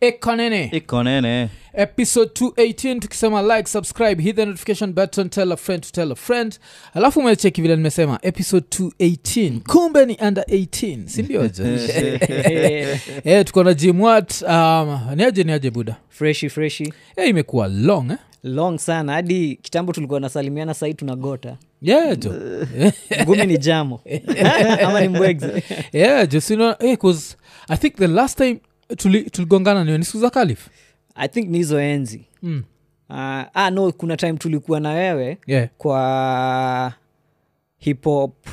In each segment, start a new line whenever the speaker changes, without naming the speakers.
ekanene
ikonene
episode 218 tukisema like subscribe hit the notification button tell a friend to tell a friend alafu umecheki vile nimesema episode 218 kumbe ni under 18 sindio Eh, tuko na jimwat um, niaje niaje buda
freshi freshi
Eh, imekuwa long eh?
long sana hadi kitambo tulikuwa nasalimiana sahii tunagota
yeah, jo
ngumi ni jamo ama ni mbwegzi
yeah, jo sino eh, 'cause i think the last time tuli- tuligongana niwe ni siku za kalif
i think ni hizo enzi
Mm.
Ah, ah, no kuna time tulikuwa na wewe
yeah,
kwa hip hop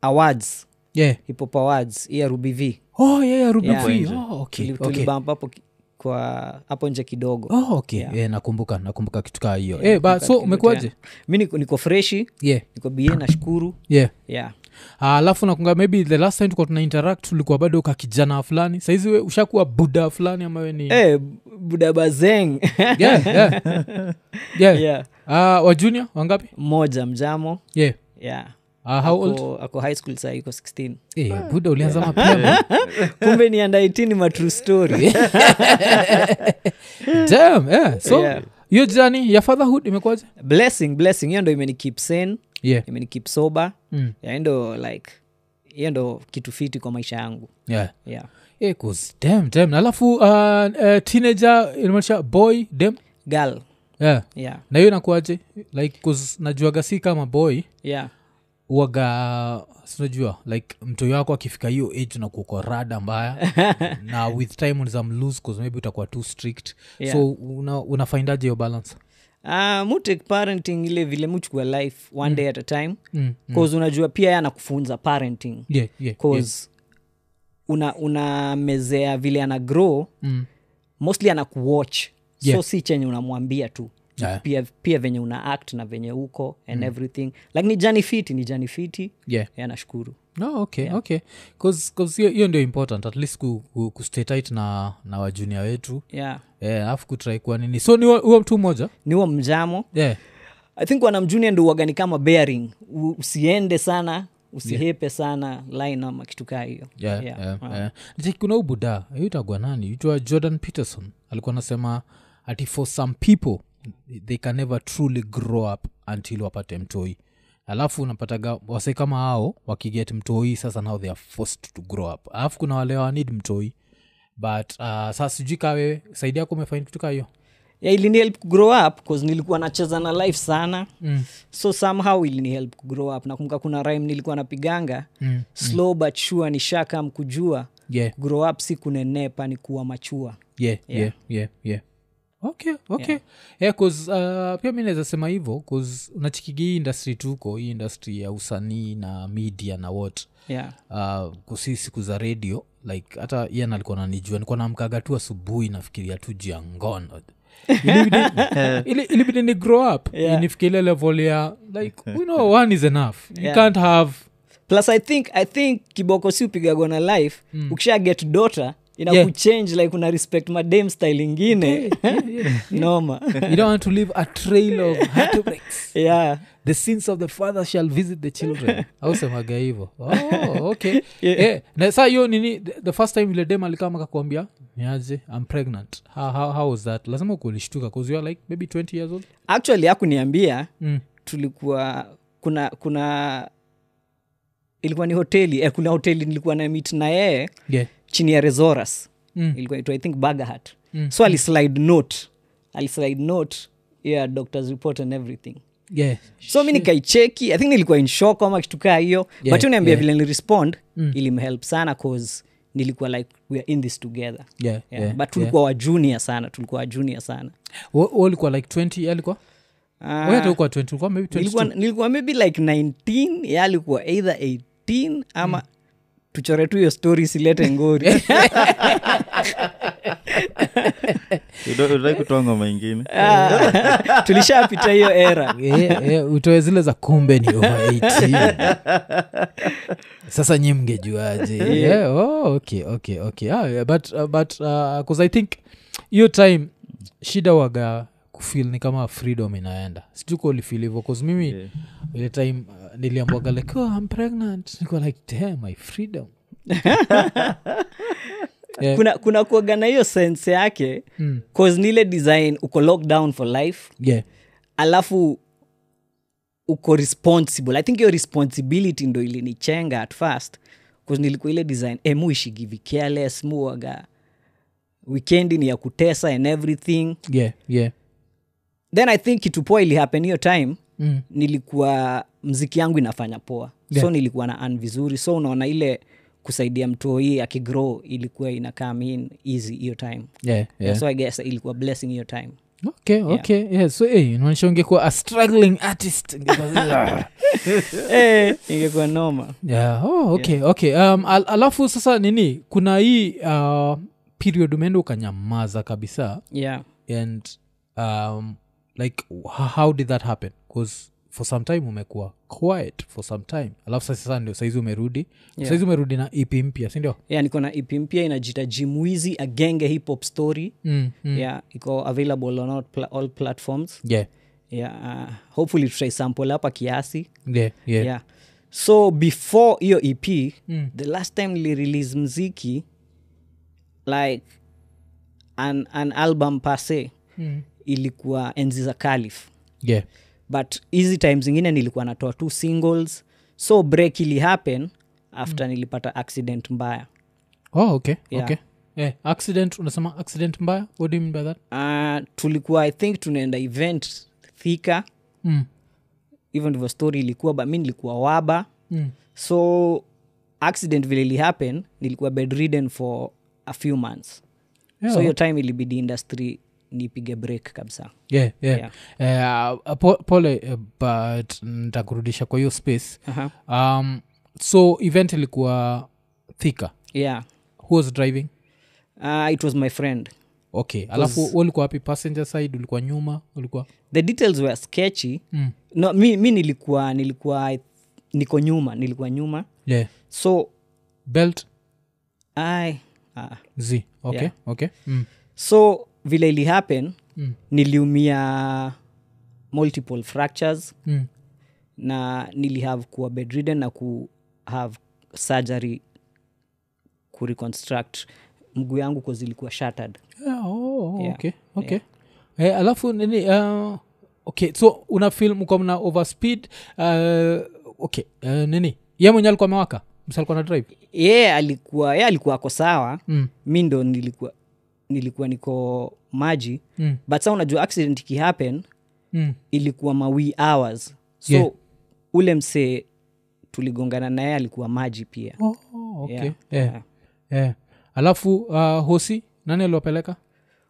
awards
yeah.
hip hop awards iya rubv
oh yeah, yeah, Ruby
Yeah.
Free.
Hapo
Oh, okay,
Tuli-
okay.
tulibamp hapo ki- kwa hapo nje kidogo
Oh, okay.
Yeah.
Eh, nakumbuka nakumbuka kitu kaa hiyo
Yeah,
Eh, ba-
nakumbuka
so
kitu,
umekuaje
yeah. mi niko, niko freshi
yeah,
niko bie nashukuru
yeah.
yeah.
Ah, alafu nakunga maybe the last time tulikuwa tuna interact tulikuwa bado ka kijana fulani saizi we ushakuwa buda fulani ambayo ni
hey, budabazeng
yeah, yeah. yeah.
yeah.
Ah, wa junior wangapi
moja mjamo
yeah.
yeah
Ah, how old
ako, ako high school saa iko 16
Eh, buda ulianza mapema
kumbe ni andaitini matru story
Damn, yeah. so
Yeah.
hiyo jani ya fatherhood imekuaje
blessing blessing hiyo ndo imenikip sane
yeah.
imenikip sober
Mm.
yeah, ndo like hiyo ndo kitu fiti kwa maisha yangu
yeah.
yeah
Eh, 'cause, damn, damn. alafu uh, uh, teenager inamaanisha boy dem
gal
yeah.
yeah
na hiyo inakuaje like 'cause najuaga si kama boy
yeah
waga sinajua like mtoyo wako akifika hiyo age unakuwa kwa rada mbaya na with time unaeza mlose cause maybe utakuwa too strict
Yeah.
so una, unafaindaje hiyo balance
Uh, mutake parenting ile vile muchukua life one day at a time
mm.
cause unajua pia yeye anakufunza parenting
yeah, yeah, yeah.
cause una unamezea vile ana grow
Mm.
mostly anakuwatch
Yeah.
so si chenye unamwambia tu
Yeah. Mm.
pia, pia venye una act na venye uko and everything like ni jani fiti ni jani fiti
yeah
yeah, nashukuru
no okay okay cause, cause hiyo- hiyo ndio important at least ku, ku, ku stay tight na na wajunia wetu
yeah
Eh, alafu kutrai kuwa nini so ni huo- huo mtu mmoja
niwo mjamo
yeah.
i think wanamjunia ndo uagani kama bearing U, usiende sana usihepe sana line ama kitu kaa hiyo
Yeah,
Yeah,
yeah,
wow.
yeah. Je, kuna ubuda itagwa nani itwa jordan peterson alikuwa anasema ati for some people they can never truly grow up until wapate mtoi alafu unapataga wase kama hao wakiget mtoi sasa now they are forced to grow up alafu kuna wale wanid mtoi but uh, saa sijui kaa wewe saidi yako umefaini kitu kaa hiyo
yeah, ilinihelp grow up cause nilikuwa nacheza na life sana mm. so somehow ilinihelp grow up nakumbuka kuna rhyme nilikuwa napiganga mm. slow but sure ni shaka mkujua
yeah,
grow up si kunenepa ni kuwa machua
yeah, yeah. Yeah, yeah, yeah okay okay yeah. cause, uh, pia mi naweza sema hivyo bcause unachikigi hii industry tuko hii industry ya usanii na media na what
yeah.
uh, kusi siku za radio like hata yan alikuwa nanijua nikuwa namkaga tu asubuhi nafikiria tu juu ya ngono Ilibidi- ili- ilibidi ni grow up
Yeah.
nifikiria level ya like you know one is enough you
Yeah.
can't have
plus i think i think kiboko si upigagwa na life mm. ukisha get dota
Yeah.
inakuchange like una respect madame style ingine noma
you don't want to leave a trail of heartbreaks
yeah
the sins of the father shall visit the children ausemaga hivo oh, okay
Yeah.
Eh, na saa hiyo nini the the first time ile dem alikama kakuambia niaje i'm pregnant how, how, how was that lazima ukulishtuka bcause youare like maybe 20 years old
actually hakuniambia
Mm.
tulikuwa kuna kuna ilikuwa ni hoteli eh, kuna hoteli nilikuwa na meet na yeye
yeah
chini ya rezoras
Mm.
ilikuwa inaitwa, i think bagahat
Mm.
so alislide note alislide note yeah, doctors report and everything
yeah
so mi nikaicheki i think nilikuwa in shock ama kitu kaa hiyo
Yeah,
but uniambia
yeah.
vile nilirespond
Mm.
mm. ilimhelp sana cause nilikuwa like we are in this together
yeah,
yeah.
yeah,
but tulikuwa wa junior sana tulikuwa wa junior sana
yeah. Wa- wa ulikuwa like 20 yeye alikuwa
Ah,
Wewe hata ukuwa 20 ulikuwa maybe 22.
nilikuwa, nilikuwa maybe like 19 ya alikuwa either 18 ama mm. tuchore tu hiyo story silete ngori
utai kutoa ngoma ingine
Ah, tulishapita hiyo era
Yeah, yeah, Eh, utoe zile za kumbe ni over 18 sasa nyi mngejuaje yeah, oh, okay, okay, okay. Ah, yeah, but, uh, but uh, 'cause i think hiyo time shida waga kufil ni kama freedom inaenda sijuko ulifil hivo bcause mimi yeah. ile time uh, niliambwaga like oh, i'm pregnant nikuwa like damn my freedom Yeah.
kuna kuna kuaga na hiyo sense yake Eh. mm. cause nile design uko lockdown for life
yeah.
alafu uko responsible i think hiyo responsibility ndo ilinichenga at first bcause nilikuwa ile design e muishigivi careless muaga wikendi ni ya kutesa and everything
yeah. yeah.
then i think kitu poa ilihappen hiyo time
Mm.
nilikuwa mziki yangu inafanya poa yeah. so nilikuwa na an vizuri so unaona ile kusaidia mtu hii akigrow ilikuwa inakam in easy hiyo time
yeah. yeah.
so i guess ilikuwa blessing hiyo time
okay okay yeah. so hey, inaonyesha ungekuwa a struggling artist ingekuwa-
Eh, ingekuwa noma
yeah. oh, okay, okay. Um, al- alafu sasa nini kuna hii uh, period umeenda ukanyamaza kabisa
yeah
and um, like h- how did that happen bcause for some time umekuwa quiet for some time alafu sasa sasa ndio saizi umerudi yeah. saizi umerudi na ep mpya sindio
yeah niko na ep mpya inajita jimwizi agenge hip hop story
mm, mm.
yeah iko available on all, pla- all platforms
yeah
yeah uh, hopefully tutai sample hapa kiasi
yeah yeah, yeah.
yeah so before hiyo ep mm. the last time nilirelease mziki like an, an album pase mm. ilikuwa enzi za calif
yeah.
but hizi time zingine nilikuwa natoa two singles so break ili happen after mm. nilipata accident mbaya
oh okay
Yeah.
okay yeah. accident unasema accident mbaya what do you mean by that
uh, tulikuwa i think tunaenda event thika
mm.
hivyo ndivyo story ilikuwa but mi nilikuwa waba
Mm.
so accident vile ilihappen nilikuwa bedridden for a few months
Yeah.
so hiyo time ilibidi industry nipige break kabisa
yeah, yeah. yeah. Uh, po- pole eh, but ntakurudisha kwa hiyo space
Aha.
um, so event ilikuwa thika
yeah
who was driving
uh, it was my friend
okay alafu wewe ulikuwa wapi passenger side ulikuwa nyuma ulikuwa
the details were sketchy
mm.
no, mi, mi nilikuwa nilikuwa niko nyuma nilikuwa nyuma
yeah.
so
belt
I, ah.
z okay
Yeah.
okay mm.
so vile ilihappen
Mm.
niliumia multiple fractures
Mm.
na nilihave kuwa bedridden na ku have surgery kureconstruct mguu yangu cause ilikuwa shattered
Yeah, oh, oh,
Yeah.
okay okay eh, alafu nini uh, okay so una film uko mna overspeed uh, okay uh, nini ye mwenyewe alikuwa amewaka msa alikuwa na drive
ye yeah, alikuwa ye yeah, alikuwa ako sawa
mm.
mi ndo nilikuwa nilikuwa niko maji
Mm.
but sa unajua accident ikihappen
Mm.
ilikuwa mawi hours so
Yeah.
ule msee tuligongana naye alikuwa maji pia
Oh, oh, okay.
Yeah,
Yeah,
yeah.
yeah. alafu uh, hosi nani aliwapeleka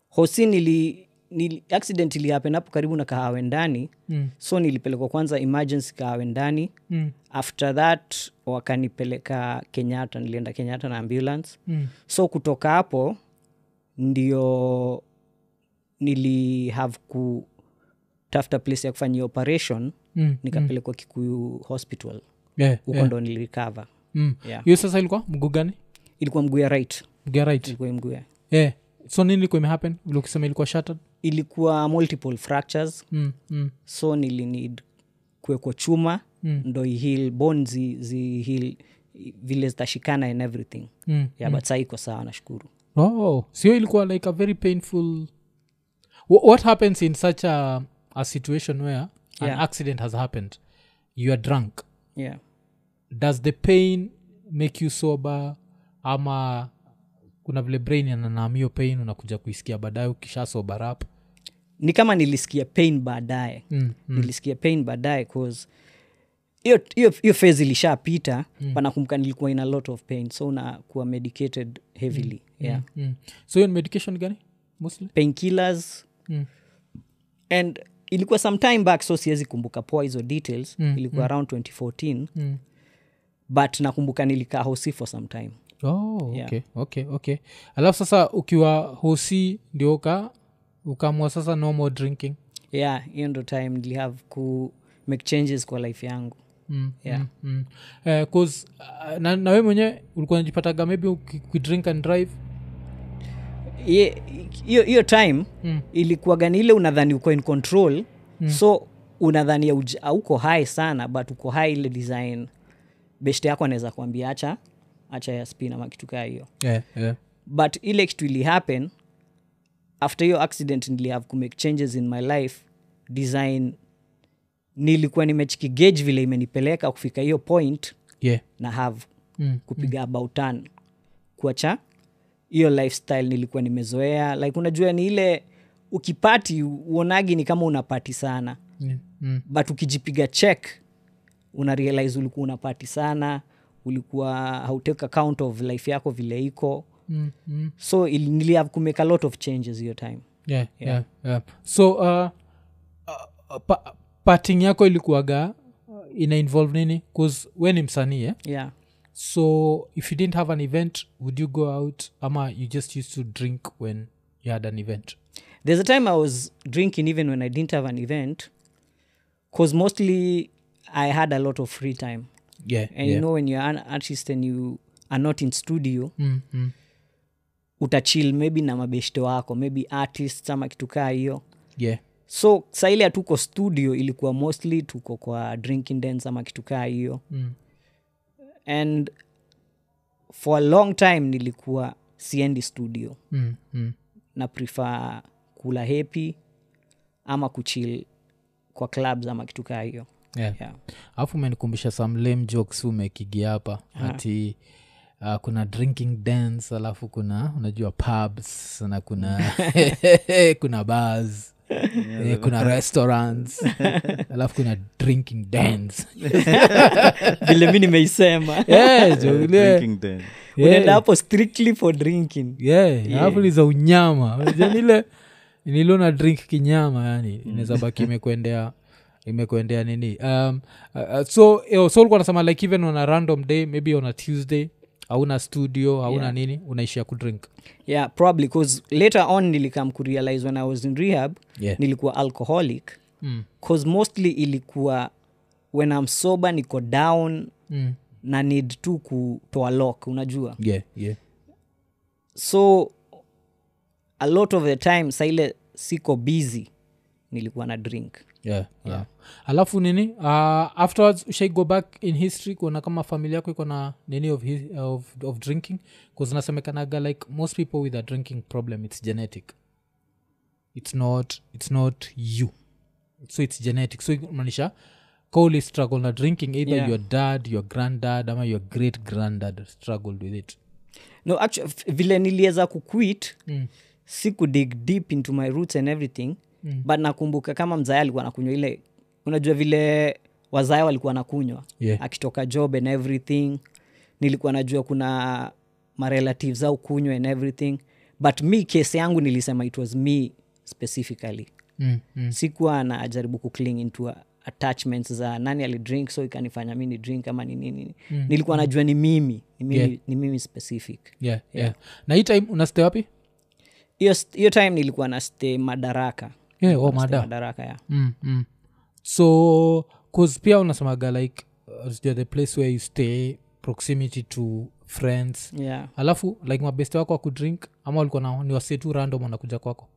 hosi nili, nili accident ilihappen hapo karibu na kahawe ndani
Mm.
so nilipelekwa kwanza emergency kahawe ndani
Mm.
after that wakanipeleka kenyatta nilienda kenyatta na ambulance
Mm.
so kutoka hapo ndio nili have kutafuta place ya kufanyia operation
Mm.
nikapelekwa kikuyu hospital
Yeah,
huko
yeah.
ndo nilirecover
Mm.
yeah.
hiyo sasa ilikuwa mguu gani
ilikuwa mguu ya right
mguu ya right
ilikuwa mguu ya
yeah. so nini ilikuwa imehappen vile ukisema ilikuwa shattered
ilikuwa multiple fractures
mm. Mm.
so nilinid kuwekwa chuma
Mm.
ndo ihil bon zi, zi heal, vile zitashikana and everything
Mm.
yeah, but saa iko sawa nashukuru
oh sio ilikuwa like a very painful Wha- what happens in such a, a situation where an
Yeah.
accident has happened you are drunk
yeah.
does the pain make you sober ama kuna vile brain ananaamio pain unakuja kuisikia baadaye ukisha sober up
ni kama nilisikia pain baadaye
mm.
nilisikia pain baadaye cause hiyo hiyo hiyo phase ilishapita mm. panakumbuka nilikuwa in a lot of pain so unakuwa medicated heavily mm. yeah
Mm. so hiyo ni medication gani mostly
painkillers
Mm.
and ilikuwa some time back so siwezi kumbuka poa hizo details mm. ilikuwa mm. around 2014
Mm.
but nakumbuka nilikaa hosi for some time
oh,
Yeah.
okay, okay, okay. alafu sasa ukiwa hosi ndio uka ukaamua sasa no more drinking
yeah hiyo ndo time nilihave ku make changes kwa life yangu
Mm,
Yeah.
mm, mm. Eh, 'cause, uh, na, na we mwenyewe ulikuwa najipataga maybe uki- ukidrink and drive
Ye- hiyo hiyo time
Mm.
mm. ilikuwagani ile unadhani uko in control mm. so unadhani hauj- hauko high sana but uko high ile design best yako anaweza kuambia acha acha ya spin ama kitu kaa hiyo
yeah, yeah.
but ile kitu ilihappen after hiyo accident nilihave kumake changes in my life design nilikuwa nimechikigage vile imenipeleka kufika hiyo point
yeah
na have
Mm,
kupiga about turn kuacha hiyo lifestyle nilikuwa nimezoea like unajua ni ile ukipati uonagi ni kama unapati sana
yeah, mm,
but ukijipiga check una realize ulikuwa unapati sana ulikuwa hautake account of life yako vile iko
mm, mm.
so il- nilihave kumake a lot of changes hiyo time
yeah, yeah. yeah. so uh, uh, pa, pating yako ilikuwaga uh, ina involve nini bcause we ni msanii eh?
yeah
so if you didn't have an event would you go out ama you just used to drink when you had an event
there's a time i was drinking even when i didn't have an event because mostly i had a lot of free time
yeah,
and you know when you're an artist and you are not in studio
mm, mm.
utachill maybe na mabeshte wako maybe artist ama kitu kaa hiyo
yeah
so saili hatuko studio ilikuwa mostly tuko kwa drinking dance ama kitu kaa hiyo
mm.
and for a long time nilikuwa siendi studio
Mm, mm.
na prefer kula hepi ama kuchill kwa clubs ama kitu kaa hiyo
yeah
yeah.
alafu umenikumbusha some lame jokes umekigia hapa ati uh, kuna drinking dance alafu kuna unajua pubs na kuna kuna bars eh, kuna restaurants alafu kuna drinking dance
vile mi nimeisema
yeah, jo, ile-
drinking then
yeah,
unaenda hapo strictly for drinking
yeah, alafu ni za unyama janile niliona drink kinyama yani inaweza baki imekuendea imekuendea nini um, uh, uh, so eh, so ulikuwa nasema like even on a random day maybe on a tuesday hauna studio hauna
Yeah.
nini unaishia kudrink
yeah probably because later on nilikam kurealize when i was in rehab
Yeah.
nilikuwa alcoholic
Mm.
cause mostly ilikuwa when i'm sober niko down
Mm.
na need tu kutoa lock unajua
yeah, yeah.
so a lot of the time saile siko busy nilikuwa na drink
Yeah, yeah. alafu nini uh, afterwards ushai go back in history kuona kama familia yako iko na nini of, his- of, of drinking bcause nasemekanaga like most people with a drinking problem it's genetic it's not, it's not you so it's genetic so maanisha kauli struggle na drinking either
Yeah.
your dad your granddad ama your great granddad struggled with it
no actually, vile niliweza kuquit
Mm.
siku dig deep into my roots and everything mm. but nakumbuka kama mzaya alikuwa nakunywa ile unajua vile wazaya walikuwa nakunywa
Yeah.
akitoka job and everything nilikuwa najua kuna marelatives au kunywa and everything but mi kesi yangu nilisema it was me specifically
mm, mm,
sikuwa najaribu kucling into a- attachments za nani alidrink so ikanifanya mi ni drink ama ni nini mm. nilikuwa najua ni mimi ni mimi,
Yeah.
yeah. ni mimi specific
yeah, yeah. na hii time unaste wapi
hiyo st- hiyo time nilikuwa na stay madaraka
yeah, oh,
Na stay
mada
madaraka ya
mm, mm. so cause pia unasemaga like uh, they are the place where you stay proximity to friends
yeah.
alafu like mabeste wako wakudrink ama walikuwa na ni wase tu random wanakuja kwako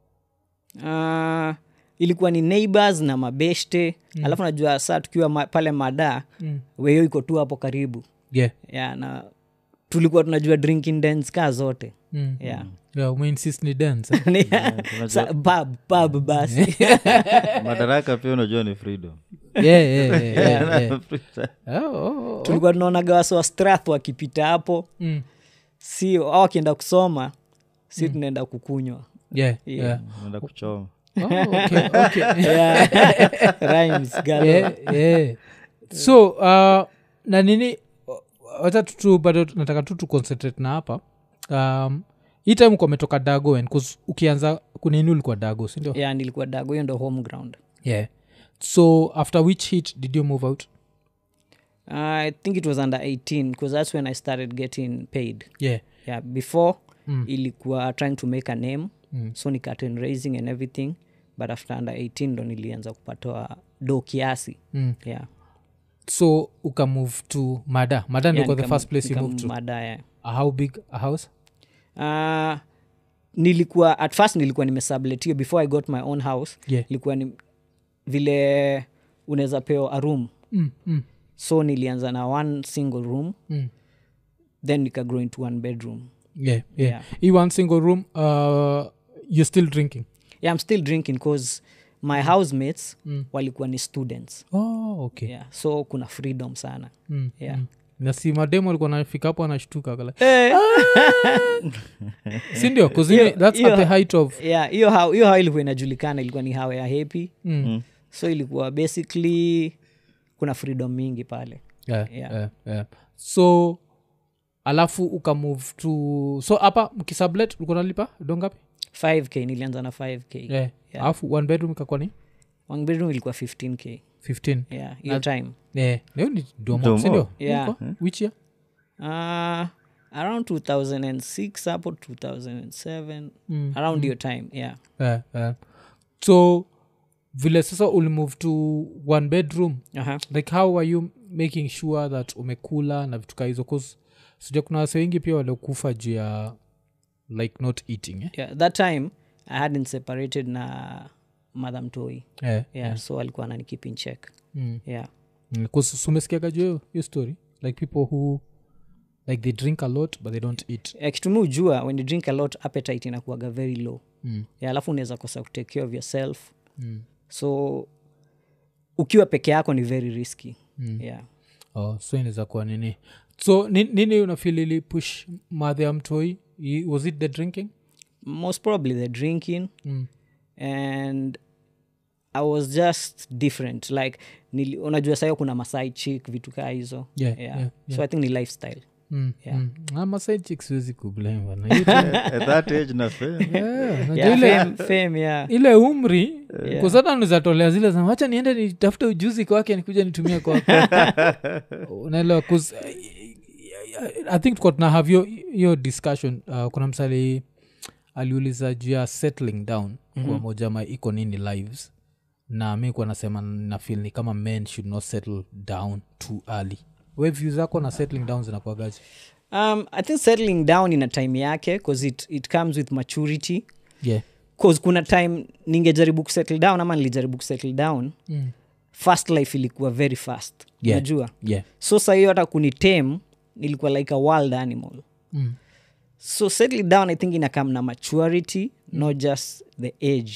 Ah, ilikuwa ni neighbors na mabeshte mm. alafu najua saa tukiwa ma, pale mada
Mm.
weyo iko tu hapo karibu
yeah,
yeah, na tulikuwa tunajua drinking dance kaa zote
mm.
yeah.
yeah umeinsist ni dance eh?
Sa- pub, pub basi
Mm.
madaraka pia unajua ni freedom
yeah, yeah, yeah, yeah, yeah.
Free time.
Oh, oh, oh.
tulikuwa tunaonaga wasi wa strath wakipita hapo
Mm.
si au wakienda kusoma si tunaenda kukunywa
yeah, yeah.
unaenda kuchoma
Oh, okay, okay.
yeah. Rhymes, galo.
yeah, yeah. Eh, so uh, na nini wacha tutu bado nataka tu tuconcentrate na hapa um, hii time uko ametoka dagoen ukianza kunini ulikuwa dago sindio
yeah, nilikuwa dago hiyo ndo home ground
yeah. so after which hit did you move out
I think it was under 18 because that's when I started getting paid.
yeah
Yeah, before mm. ilikuwa trying to make a name
Mm.
so nikaten raising and everything but after under 18 ndo nilianza kupatoa do kiasi
mm.
yeah.
so ukamove to mada mada
Yeah,
ndiko the
nikam-
first place you moved to
nikamadae.
Uh, how big a house
Ah, nilikuwa at first nilikuwa nimesublet hiyo before i got my own house
Yeah.
ilikuwa ni vile unaweza pewa a room
mm, mm,
so nilianza na one single room
mm.
then nika grow into one bedroom
yeah, yeah.
Yeah.
hii one single room uh, you're still drinking
yeah, i'm still drinking cause my housemates mm. walikuwa ni students
oh, okay
yeah. so kuna freedom sana
Mm,
yeah.
mm. na si mademu alikuwa nafika hapo anashtuka Ah! kala
Eh,
sindio that's at the height of
yeah, hiyo hao- hiyo hao ilikuwa inajulikana ilikuwa ni hawa ya hepi
Mm.
so ilikuwa basically kuna freedom mingi pale
yeah,
Yeah.
yeah, yeah. eh, so alafu ukamove to so hapa mkisablet ulikuwa nalipa dongapi
5k nilianza na 5k
yeah. Eh. alafu one bedroom ikakuwa ni
one bedroom ilikuwa 15k
15
yeah hiyo time
yeah. nayo Eh. ni domo
Domo.
sindio
Yeah. Hmm.
Ilikuwa? which year
uh, around 2006 hapo 2007
Mm,
around hiyo time yeah
yeah, yeah. Eh, so vile sasa ulimove to one bedroom
Aha.
like how are you making sure that umekula na vitu kaa hizo bcause sija kuna wase wengi pia waliokufa juu ya like not eating eh?
yeah that time i hadn't separated na madam toi
yeah.
yeah, so alikuwa ananikip in check
Mm.
yeah
sumesikiaga juu hiyo- hiyo story like people who like they drink a lot but they don't eat
Eh, kitu mi ujua when you drink a lot appetite inakuaga very low
Mm.
yeah, alafu unaweza kosa kutake care of yourself
Mm.
so ukiwa peke yako ni very risky yeah.
oh, so inaweza kuwa nini so ni- nini unafilili push madhe ya mtoi I- was it the drinking
most probably the drinking
Mm.
and i was just different like nili, unajua sayo kuna masai chik vitu kaa hizo
Yeah, yeah,
so i think ni lifestyle
mm.
Yeah.
mm. Ah, Maasai chicks siwezi kublame bana. Hiyo tu-
at that age na fame
Yeah, unajua
yeah,
ile-
fame, fame, yeah.
ile umri
Yeah.
kusata nizatolea zile zama wacha niende nitafute ujuzi kwake nikuja nitumie kwako unaelewa 'cause, uh, i think tuka tuna have hiyo- hiyo discussion uh, kuna msali aliuliza juu ya settling down mm-hmm. kwa moja ma iko nini lives na mi kuwa nasema nafil ni kama men should not settle down too early we view zako na settling down zinakuagaji
um, i think settling down ina time yake bcause it, it comes with maturity
yeah.
cause kuna time ningejaribu kusettle down ama nilijaribu kusettle down
Mm.
fast life ilikuwa very fast
Yeah.
unajua
yeah.
so sahiyo hata kunitem nilikuwa like a wild animal
Mm.
so settling down i think inakam na maturity not just the age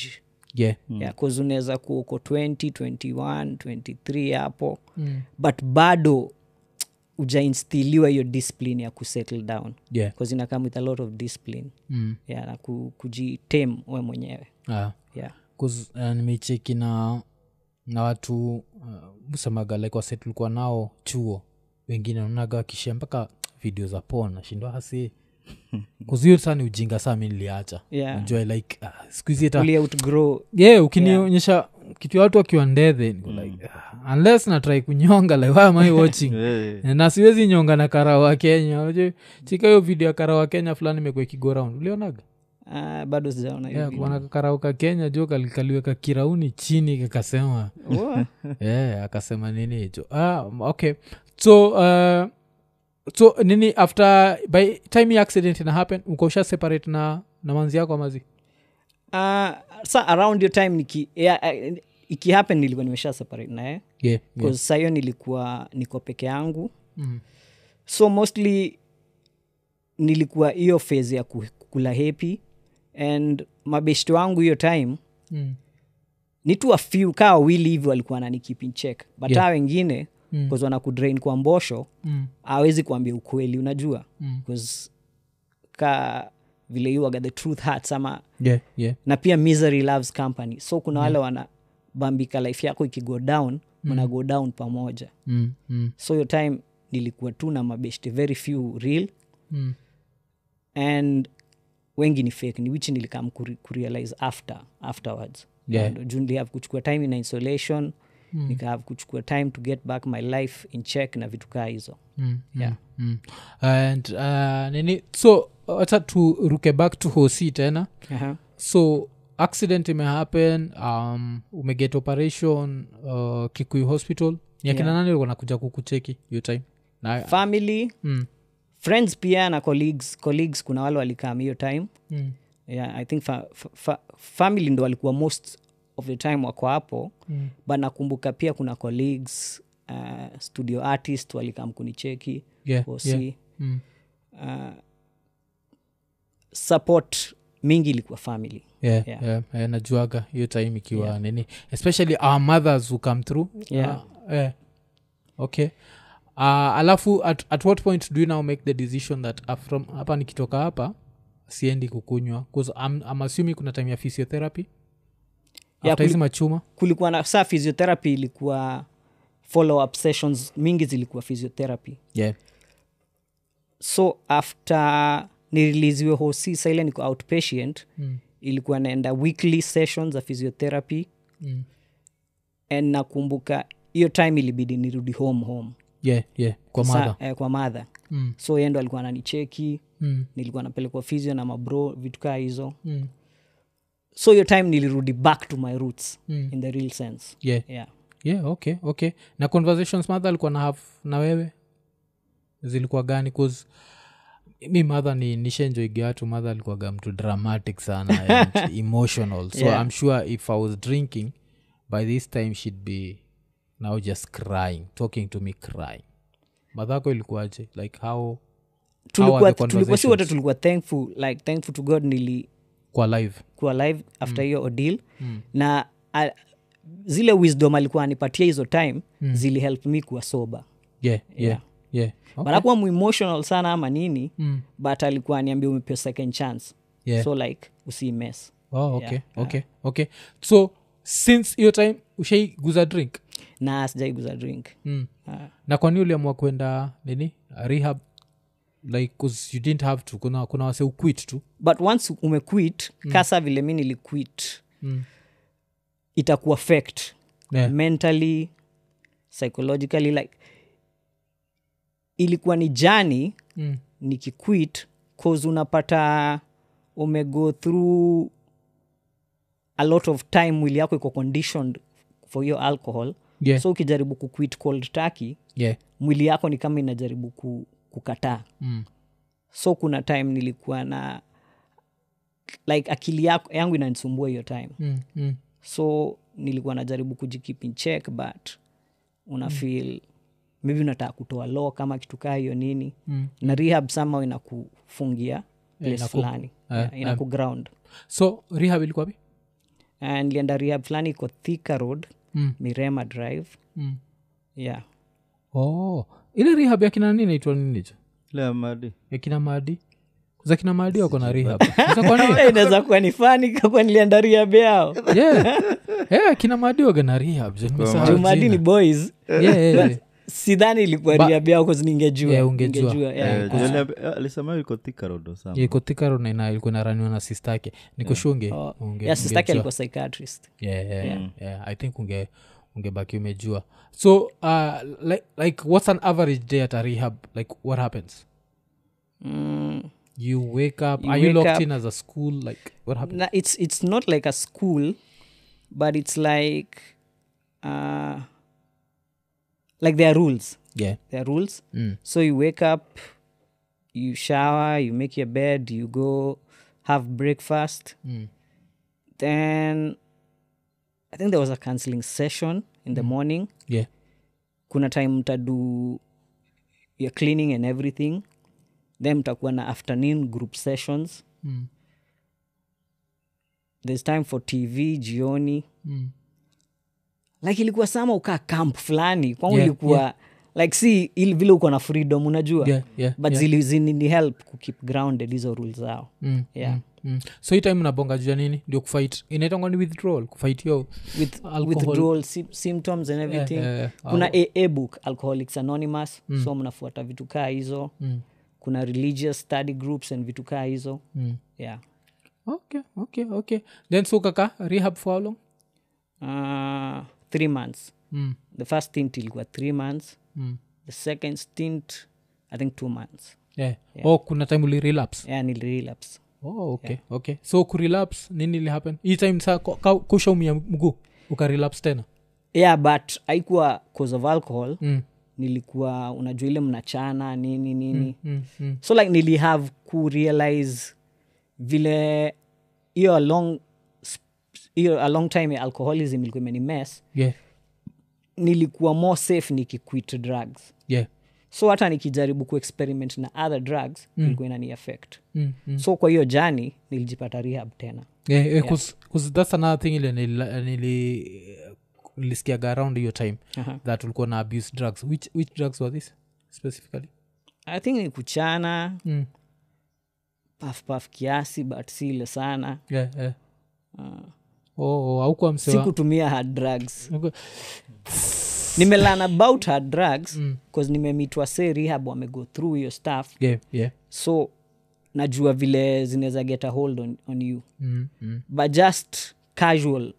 yeah.
mm. yeah, cause unaweza kuwa uko 20 21 23 hapo
Mm.
but bado ujainstiliwa hiyo discipline ya kusettle down
yeah.
bcause inakam with a lot of discipline
Mm.
yeah, na ku, kujitem we mwenyewe
Ah.
yeah.
Cause, uh, nimecheki na na watu uh, usemaga like wase tulikuwa nao chuo wengine naonaga wakishia mpaka video za pon nashindwa hasi kuziyo saa ni ujinga saa mi niliacha
Yeah.
Unajua, like uh, sikuhizi hata
Uli outgrow
yeah, ukinionyesha kitu ya watu wakiwa ndethe niko
Mm.
like uh, unless natrai kunyonga like why am I watching
Eh,
na siwezi nyonga na karawa kenya Unajua, chika hiyo video ya karawa kenya fulani imekuwa ikigoraund ulionaga
uh, bado sijaona hiyo
yeah,
video.
kuona kakarauka kenya juu kaliweka kirauni chini kakasema
Wow.
yeah, akasema nini hicho ah, okay so uh, so nini after by time hii accident ina happen ukosha separate na na manzi yako amazi
Uh, sa around your time niki yeah, uh, ikihappen nilikuwa nimesha separate naye
yeah,
yeah. sahiyo nilikuwa niko peke yangu
Mm.
so mostly nilikuwa hiyo phase ya ku- kukula hepi and mabeshti wangu hiyo time
Mm.
ni tu a few kaa wawili hivi walikuwa nanikipi check but yeah. aa wengine
Mm.
mm. wanakudrain kwa mbosho
Mm.
awezi kuambia ukweli unajua
Mm.
'Cause ka vile yuaga the truth hurts ama
yeah, yeah.
na pia misery loves company so kuna wale
Mm-hmm.
wanabambika life yako ikigo down mnago down pamoja
Mm. Mm.
so hiyo time nilikuwa tu na mabeshte very few real
Mm.
and wengi ni fake ni which nilikam kurealize after afterwards
Yeah.
And juu nilihave kuchukua time in isolation
Mm.
nikahave kuchukua time to get back my life in check na vitu kaa hizo
Mm,
Yeah.
mm, mm. and uh, nini so hata turuke back to hosi tena
Aha.
so accident imehappen um, umeget operation uh, kikuyu hospital ni akina
Yeah.
nani walikuwa wanakuja kukucheki hiyo time na
family
mm,
friends pia na colleagues colleagues kuna wale walikam hiyo time
mm,
yeah, i think fa, fa, fa, family ndo walikuwa most of the time wako hapo
mm,
but nakumbuka pia kuna colleagues uh, studio artist walikam kunicheki
yeah,
OC.
yeah, mm,
Uh, support mingi ilikuwa family
yeah,
Yeah.
yeah. Yeah, yeah, najuaga hiyo time ikiwa yeah. nini especially our mothers who come through
Yeah.
uh, yeah. okay uh, alafu at, at what point do you now make the decision that uh, from hapa nikitoka hapa siendi kukunywa bcause I'm, I'm assuming kuna time ya physiotherapy
Yeah,
after hizi machuma
kulikuwa na saa physiotherapy ilikuwa follow up sessions mingi zilikuwa physiotherapy
yeah.
so after niriliziwe hosisa ile niko outpatient mm. ilikuwa naenda weekly sessions za physiotherapy
Mm.
and nakumbuka hiyo time ilibidi nirudi home home
yeah yeah kwa
Sa-
madha
eh, kwa madha
Mm.
so yeye ndo alikuwa ananicheki
mm.
nilikuwa napelekwa physio na mabro vitu kaa hizo
Mm.
so hiyo time nilirudi back to my roots
Mm.
in the real sense
yeah
yeah.
yeah okay okay na conversations madha alikuwa na have na wewe zilikuwa gani bcause mi madha ni nishenjoigia watu madha alikuwaga mtu dramatic sana and emotional so
Yeah.
i'm sure if i was drinking by this time she'd be now just crying talking to me crying madhako ilikuwaje like how
tulikuwa,
the
tulikuwa si wote
conversations?
tulikuwa thankful like thankful to god nili
kwa live
kuwa live after hiyo ordeal na a, zile wisdom alikuwa anipatia hizo time mm. zilihelp mi kuwa soba
yeah yeah yeah,
okay.
okay.
manakuwa muemotional sana ama nini
mm.
but alikuwa aniambia umepewa second chance
yeah.
so like usimes
oh, okay
Yeah,
okay okay so since hiyo time ushaiguza drink
na sijaiguza drink
mm.
Ah.
na kwani uliamua kwenda nini rehab like 'cause you didn't have to kuna, kuna wase uquit tu
but once umequit mm. kasa vile mi niliquit
Mm.
itakuwa fact
yeah.
mentally psychologically like ilikuwa ni jani
mm.
nikiquit cause unapata umego through a lot of time mwili yako iko conditioned for hiyo alcohol
yeah.
so ukijaribu kuquit cold turkey
yeah.
mwili yako ni kama inajaribu ku, kukataa
mm.
so kuna time nilikuwa na like akili yako, yangu inanisumbua hiyo time
Mm. Mm.
so nilikuwa najaribu kujikeep in check but
Mm.
una feel maybe unataka kutoa law kama kitu kaa hiyo nini
Mm.
na rehab somehow inakufungia place
Eh, inaku-
fulani
eh,
yeah, inakuground
so rehab ilikuwa wapi?
Ah, nilienda rehab fulani iko thika road
Mm.
mirema drive
mm.
yeah
oh. ile rehab yakina nini naitwa ninicho
Lea Madi.
yakina madi za kina madi wako na rehab Sasa kwani-
Eh, inaweza kuwa ni fani kakwa nilienda rehab yao
yeah. yeah, kina madi waga na rehab je, nimesahau
jumadi ni
Ah, jina.
boys
Yeah, yeah, yeah.
sidhani ilikuwa
Ba-
rehab yao kazi ningejua
Yeah, ungejua.
Ningejua, yeah.
Eh, juu ali- eh, alisema yuko Thika Road or something.
ikotikarona ilikuwa naraniwa na sistake nikushunge
Oh,
unge-
yeah, sister yake
ungejua.
alikuwa Mm. psychiatrist
yeah, yeah, yeah. i think unge ungebaki umejua so uh, like, like what's an average day at a rehab like what happens
mm.
you wake up
You
are you
wake
locked
up-
in as a school like what happens
na, it's, it's not like a school but it's like uh, like there are rules
yeah
there are rules
mm.
so you wake up you shower you make your bed you go have breakfast
Mm.
then i think there was a counseling session in the morning
yeah
kuna time mtadu your cleaning and everything then mtakuwa na afternoon group sessions
mm.
there's time for tv jioni
Mm.
like ilikuwa sama ukaa kamp fulani kwangu
Yeah,
ilikuwa like si ili vile uko na freedom unajua
yeah yeah,
but
yeah.
zili zini help kukip grounded hizo rules zao
Mm.
yeah.
Mm. Mm. so hii time unabonga juu ya nini ndio kufight inaitangwa ni withdrawal kufight yo
with
Alcohol.
withdrawal sy- symptoms and everything
yeah, yeah.
kuna aa book alcoholics anonymous so mnafuata vitu kaa hizo
Mm.
kuna religious study groups and vitu kaa hizo
mm.
yeah
okay okay okay then so kaka rehab for how long
uh, three months
mm.
the first stint ilikuwa three months
Mm.
the second stint i think two months
Yeah. oh kuna time uli relapse
yeah, nilirelapse
oh, okay, okay. so kurelaps nini ilihappen hii time saa ko- ka- kushaumia mguu ukarelaps tena
yeah but haikuwa cause of alcohol
mm.
nilikuwa unajua ile mnachana nini nini mm.
Mm, mm.
so like nilihave kurealize vile hiyo a long sp- hiyo a long time ya alcoholism ilikuwa imenimes
yeah,
nilikuwa more safe nikiquit drugs
yeah.
so hata nikijaribu kuexperiment na other drugs mm. ilikuwa inani affect
mm, mm.
so kwa hiyo jani nilijipata rehab tena
yeah, yeah, cause, cause that's another thing ile nili- nili- eh, nilisikiaga around hiyo time
Aha.
that ulikuwa na abuse drugs which, which drugs were this specifically
i think ni kuchana
mm.
pafpaf kiasi but si ile sana
yeah, yeah. oh, oh, haukuwa msewa
sikutumia hard drugs
Haukuwa-
nimelan about hard drugs bcause nimemitwa se rehab wamego through hiyo stuff
yeah, yeah.
so najua vile zinaweza get a hold on, on you
Mm, mm.
but just casual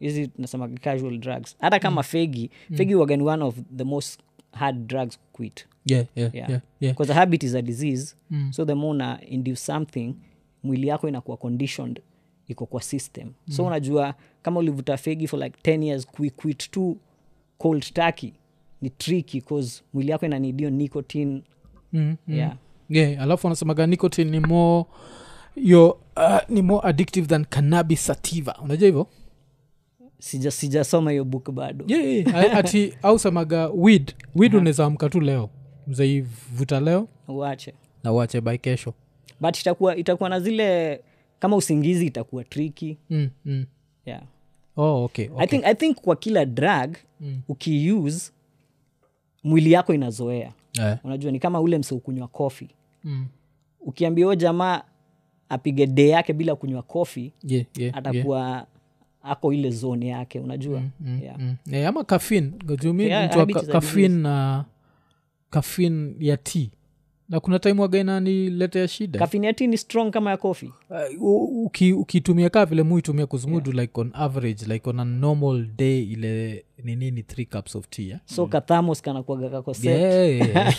hizi tunasemaga casual drugs hata kama fegi fegi wagani one of the most hard drugs quit
Yeah, yeah,
Yeah.
yeah, yeah.
because a habit is a disease
Mm.
so the more una induce something mwili yako inakuwa conditioned iko kwa system
Mm.
so unajua kama ulivuta fegi for like 10 years kuiquit tu cold turkey ni tricky cause mwili yako inanidio nicotine
Mm, mm.
yeah
yeah, alafu anasemaga nicotine ni more yo uh, ni more addictive than cannabis sativa unajua hivyo
sija sijasoma hiyo book bado
yeah, yeah. A- ati ausemaga wid wid unaweza amka tu leo mzaivuta leo
uache
na uache by kesho
but itakuwa itakuwa na zile kama usingizi itakuwa tricky
mm, mm.
yeah
oh, okay, okay.
I, think, i think kwa kila drug mm. ukiuse mwili yako inazoea
yeah.
unajua ni kama ule mseukunywa kofi
mm.
ukiambia huyo jamaa apige dee yake bila kunywa kofi
yeah, yeah, yeah.
atakuwa ako ile zone yake unajua mm, mm, yeah.
Mm. Yeah, ama kafin
Yeah, habits za
kafin na kafin ya t na kuna time wagainaniletea shida
Caffeine ati ni strong kama ya kofi
Uh, u- uki- ukiitumia kaa vile muitumia kuzumudu yeah. like on average like on a normal day ile ni nini three cups of tea yeah?
so kathamos kanakuaga kako set.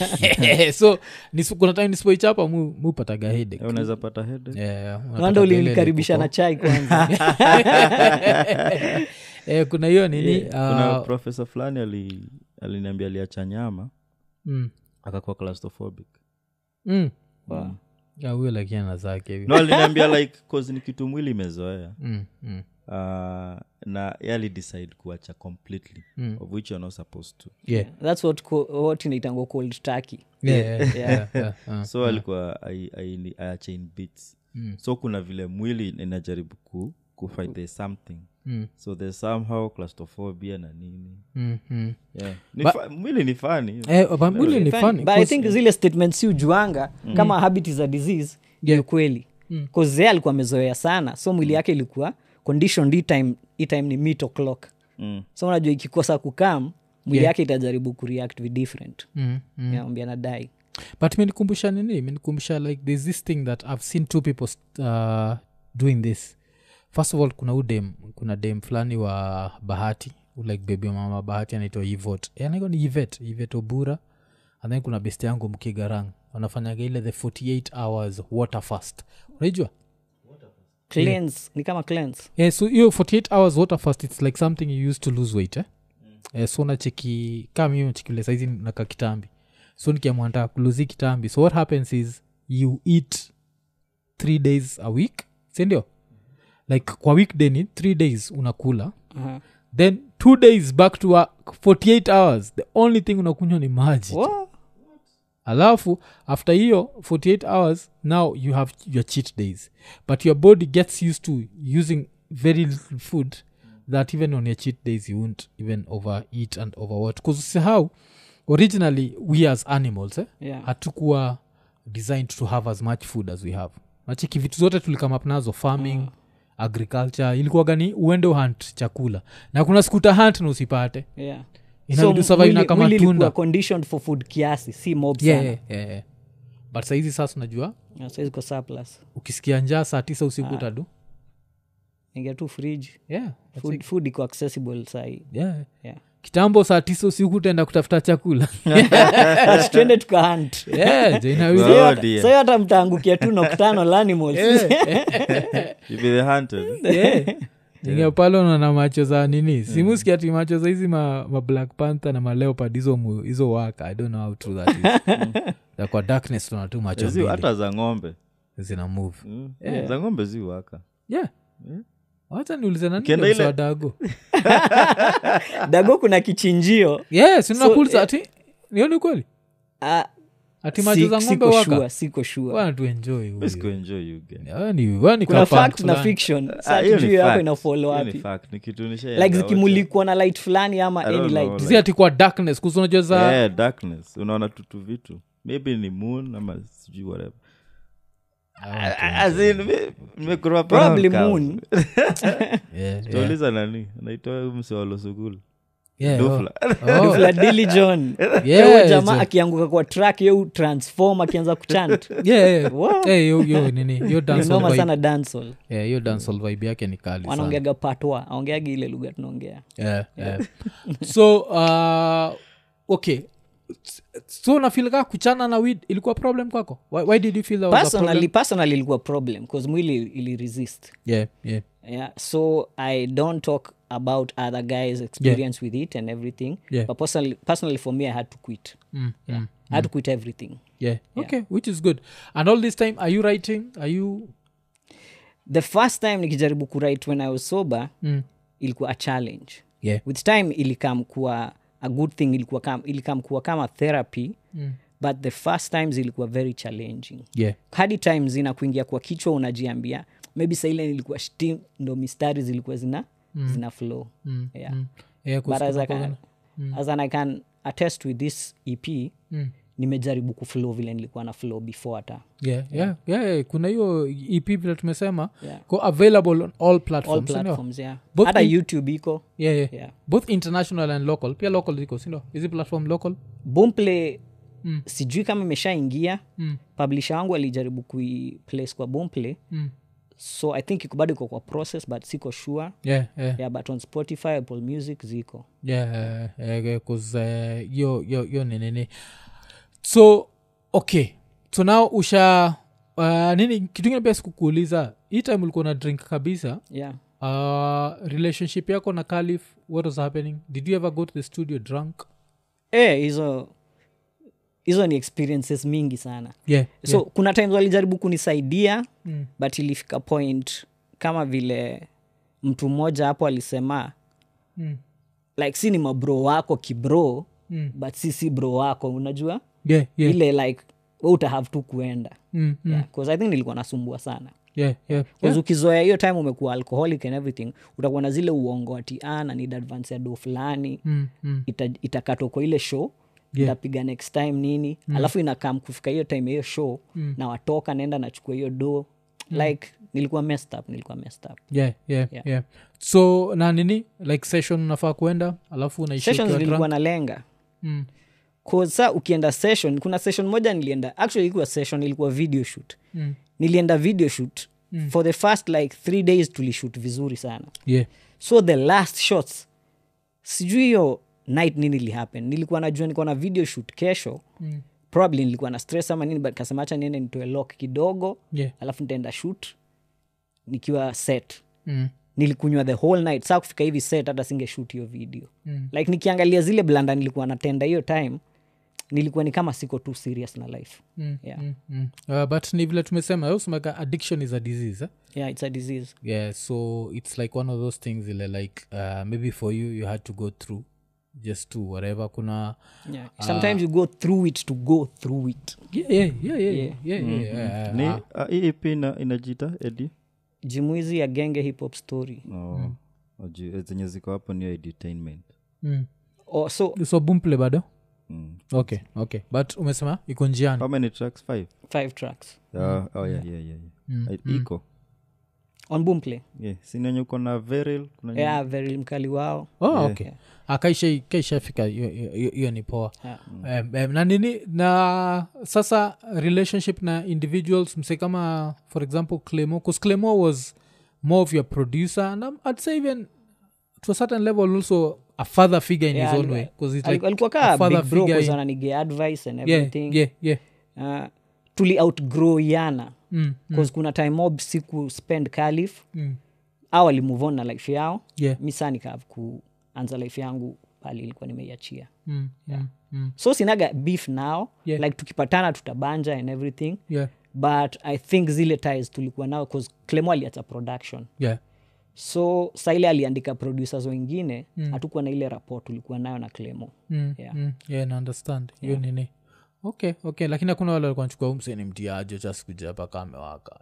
Yeah. so nisu- kuna time nisipoichapa mu- mupataga headache.
Eh, unaweza pata hede
Yeah,
No
unapata
wonder
ile
ulinikaribisha na
ilikuko.
chai kwanza
Eh, kuna hiyo nini
kuna
uh,
profesa fulani ali- aliniambia aliacha nyama
mm,
akakuwa claustrophobic
mm.
Wow.
Yeah, huyo like yana zake hivi
no aliniambia like cause ni kitu mwili imezoea
Mm, mm,
uh, na ye alidecide kuacha completely
Mm.
of which you're not supposed to
yeah.
thats what, co- what inaitangwa cold turkey
Yeah, yeah, yeah, yeah, uh,
so alikuwa ai- ai- aache in bits
Mm.
so kuna vile mwili inajaribu ku, kufight there's something
Mm.
so there's somehow claustrophobia na nini
mm, mm.
yeah. ni fa- mwili ni fani
Eh, but mwili ni
Fine,
funny,
but i
cause-
think zile statement si ujuanga mm. kama habit is a disease yeah. ni ukweli mm. kazee alikuwa amezoea sana so mwili yake ilikuwa conditioned hii time, hii time ni mito clock
mm.
so unajua ikikosa kukam mwili yake itajaribu kureact with different
Mm, mm.
mm. ambia nadai
but imenikumbusha nini imenikumbusha like there's this thing that i've seen two people st- uh, doing this first of all kuna udem kuna dem fulani wa bahati like baby wa mama bahati anaitwa ivot anaitwa ni ivet ivet obura and then kuna best yangu mkigarang wanafanyaga ile the 48 hours water fast unaijua
cleanse ni kama cleanse
yeah, Eh, so hiyo 48 hours water fast its like something you use to lose weight eh? Eh, so nacheki kaa mimi nachekile saizi naka kitambi so nikiamua nataka kuluzi kitambi so what happens is you eat three days a week sindio like kwa weekday ni three days unakula
uh-huh.
then two days back to work 48 hours the only thing unakunywa ni maji
Whoa.
alafu after hiyo 48 hours now you have your cheat days but your body gets used to using very little food that even on your cheat days you won't even overeat and overwatch because usisahau originally we as animals eh,
Yeah.
hatukuwa designed to have as much food as we have nachiki vitu zote tulikamap nazo farming mm. agriculture ilikuwa gani uende uhunt chakula na kuna siku uta hunt na usipate
yeah.
Inabidi survive na kama
mwili ilikuwa
tunda.
conditioned for food kiasi si mob
yeah,
sana
yeah, yeah, yeah. but sahizi sasa unajua
yeah. so iko surplus
ukisikia njaa saa tisa
Ah.
usiku utadu
ingia tu fridge
yeah, that's
food,
it.
food iko accessible sahii
yeah.
yeah.
kitambo saa tisa usiku utaenda kutafuta chakula
Basi tuende tukahunt
yeah, jo inaweza.
Well,
Sayo-
Oh, dear.
sayo hata mtaangukia tu nocturnal animals
If you're hunted, eh?
yeah. ingia pale unaona macho za nini
Hmm.
simuski ati macho za hizi ma, ma black panther na maleopard hizo mu- hizo waka i don't know how true that is Na kwa darkness tunaona tu macho
zi-
mbili
hata za ng'ombe
zina move
Mm. za ng'ombe zi waka
yeah
Hmm.
wacha niulize nani
Ukienda
ndio
ile-
mswa dago
dago kuna kichinjio
yes
So, eh,
unakuliza ati nioni kweli
Ah,
Ati macho za
si-
ng'ombe
siko
waka
sure, siko sure.
Bwana tuenjoy huyu.
sikuenjoy ugen
Yaani- yaani
kuna
ka
fact
fact
na
fulani.
fiction
Ah,
sa
hiyo ni
tujue hapo
fact.
inafolo
Hiyo ni
wapi
fact. Nikitunisha
like
yaenda wote.
zikimulikwa na light fulani ama
I don't
any
know,
light
like-
Zi ati kwa darkness kuhusu unajua za
Yeah, darkness unaona tutu vitu maybe ni moon ama sijui whatever
Ah,
As in, me- nimekuwa hapa
probably
round cow.
moon
Yeah, yeah.
Tutauliza nani anaitwa msewalosukulu
Yeah,
Dufla. Eh,
oh. Oh.
la Dilly John
Yeah,
Huyo jamaa
John.
akianguka kwa track yo transform akianza kuchant
Yeah, yeah.
Wow.
Eh, yo- yo nini yo dancehall
noma
vibe.
sana dancehall
Yeah, hiyo dancehall vibe yake ni kali sana.
wanaongeaga patwa aongeagi ile lugha tunaongea
yeah, yeah. so uh, okay S- so nafilika kuchana na weed ilikuwa problem kwako why, why did you feel that was a
personally
problem?
personally ilikuwa problem bcause mwili ili resist
yeah, yeah.
yeah so i don't talk about other guys experience with it and everything
Yeah.
but personally, personally for me i had to quit
Mm, mm,
i had to quit everything
yeah. okay which is good and all this time are you writing are you
the first time nikijaribu kuwrite when i was sober
mm.
ilikuwa a challenge
yeah
with time ilikam kuwa a good thing ilikuwa kam, ilikam kuwa kama therapy mm. but the first times ilikuwa very challenging
yeah
hadi times ina kuingia kwa kichwa unajiambia maybe saile nilikuwa shti ndo mistari zilikuwa zina mm. zina flow mm. yeah. mm.
yeah,
but as, I
kusukuma
can, as an I can attest with this ep mm. nimejaribu kuflow vile nilikuwa na flow before hata
yeah, yeah, yeah, yeah. kuna hiyo ep vile tumesema
Yeah.
ko available on all
all
platforms sindio?
platforms yeah
Both
hata
in-
youtube iko
yeah, yeah.
Yeah.
both international and local pia local ziko sindo hizi platform local
boomplay
Mm.
mm. sijui kama imeshaingia
Mm.
publisha wangu alijaribu kuiplace kwa boomplay
mm.
so i think iko bado iko kwa process but siko sure
yeah, yeah.
yeah, but on spotify apple music ziko
yeah, eh, eh, 'cause, eh, yo yo yo ninini so okay so now usha uh, nini kitu ingine pia sikukuuliza hii time ulikuwa na drink kabisa
yeah
uh, relationship yako na calif what was happening did you ever go to the studio drunk
Eh, hizo hizo ni experiences mingi sana
yeah
so kuna times walijaribu kunisaidia mm. but ilifika point kama vile mtu mmoja hapo alisema
Mm.
like si ni mabro wako kibro
Mm.
but si si bro wako unajua
yeah yeah
ile like we utahave tu kuenda
Mm, mm,
yeah. 'cause i think nilikuwa nasumbua sana
yeah yeah
yeah. ukizoea hiyo time umekuwa alcoholic and everything utakuwa na zile uongo ati ana need advance ya do fulani
Mm, mm,
ita, itakatwa kwa ile show
Yeah.
ntapiga next time nini mm. alafu inakam kufika hiyo time ya hiyo show mm. na watoka naenda nachukua hiyo do mm. like nilikuwa messed up nilikuwa messed up
yeah yeah
Yeah.
yeah so na nini like session unafaa kuenda alafu unaishia
sessions
ukiwa drunk
nilikuwa nalenga
Mm,
Cause sa ukienda session kuna session moja nilienda actually ilikuwa session ilikuwa video shoot
mm,
nilienda video shoot mm. for the first like three days tulishut vizuri sana
yeah
so the last shots sijui hiyo night nini ilihappen nilikuwa najua nilikuwa na video shoot kesho mm. probably nilikuwa na stress ama nini but kasema hacha niende nitoe lock kidogo
yeah
alafu nitaenda shoot nikiwa set
mm,
nilikunywa the whole night saa kufika hivi set hata singe shoot hiyo video
Mm.
like nikiangalia zile blanda nilikuwa natenda hiyo time nilikuwa ni kama siko too serious na life
mm,
Yeah.
mm, mm. Uh, but ni vile tumesema eh, usemeka addiction is a disease eh?
yeah it's a disease
yeah so it's like one of those things ile like uh, maybe for you you had to go through just to whatever kuna
yeah.
Ah.
sometimes you go through it to go through it
yeah yeah yeah yeah yeah, yeah,
Mm-hmm.
yeah, yeah.
mm. ni
Ah,
ah, hii ep ina- inajita edi
jimuizi ya genge hip hop story
No, wajui- zenye ziko hapo niyo edutainment
mm.
oh, so
so bumple bado
Mm.
okay okay but umesema iko njiani
how many tracks five
five tracks
Ah, oh, yeah, yeah, yeah, yeah.
Mm.
I- iko
on boomplay
yeah. sinenye uko na veril kuna nye-
yeah very mkali wao
oh, okay Ah, kaisha- kaishafika hiyo- hiyo hiyo ni poa
Yeah.
um, um, na nini na sasa relationship na individuals mse kama for example clemo bcause clemo was more of your producer and um, i'd say even to a certain level also a father figure in
Yeah,
his own
alikuwa-
way because it's like
Aliku- alikuwa
a
kaa
father
big bro
figure in-
'cause ananigea advice and
yeah,
everything
yeah, yeah.
Uh, tuli outgrow yana
Mm,
bcause kuna time mob siku spend calif
mm,
au alimove on na life yao
yeah,
mi saa nikav kuanza life yangu pali ilikuwa nimeiachia
mm, mm, mm,
so sinaga beef now
Yeah.
like tukipatana tutabanja and everything
yeah,
but i think zile ties tulikuwa nao bcause clemo aliacha production
yeah,
so saile aliandika producers wengine hatukuwa na ile rapport tulikuwa nayo na clemo
mm,
Yeah.
mm, yeah, na understand hiyo nini okay okay lakini hakuna wale walikuwa wanachukua umse ni mtiaje cha sikuja paka amewaka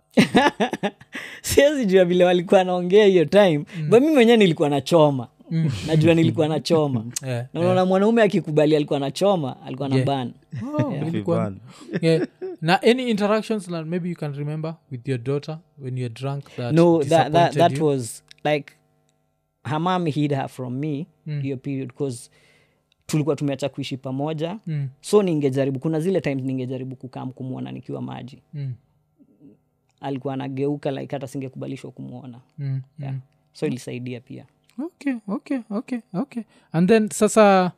siwezi jua vile walikuwa naongea hiyo time mm. but mi mwenyewe nilikuwa nachoma mm. najua nilikuwa nachoma
Eh,
na unaona mwanaume akikubali alikuwa nachoma alikuwa na
Yeah.
bana
Oh, ilikuwa- Yeah. na any interactions that maybe you can remember with your daughter when you're drunk that
no that, that,
disappointed
that
you?
was like her mom hid her from me
Hmm.
hiyo period cause tulikuwa tumeacha kuishi pamoja
Mm,
so ningejaribu kuna zile times ningejaribu kukam kumwona nikiwa maji
mm,
alikuwa anageuka like hata singekubalishwa kumwona
mm,
yeah. so ilisaidia pia
mm. okay okay okay okay and then sasa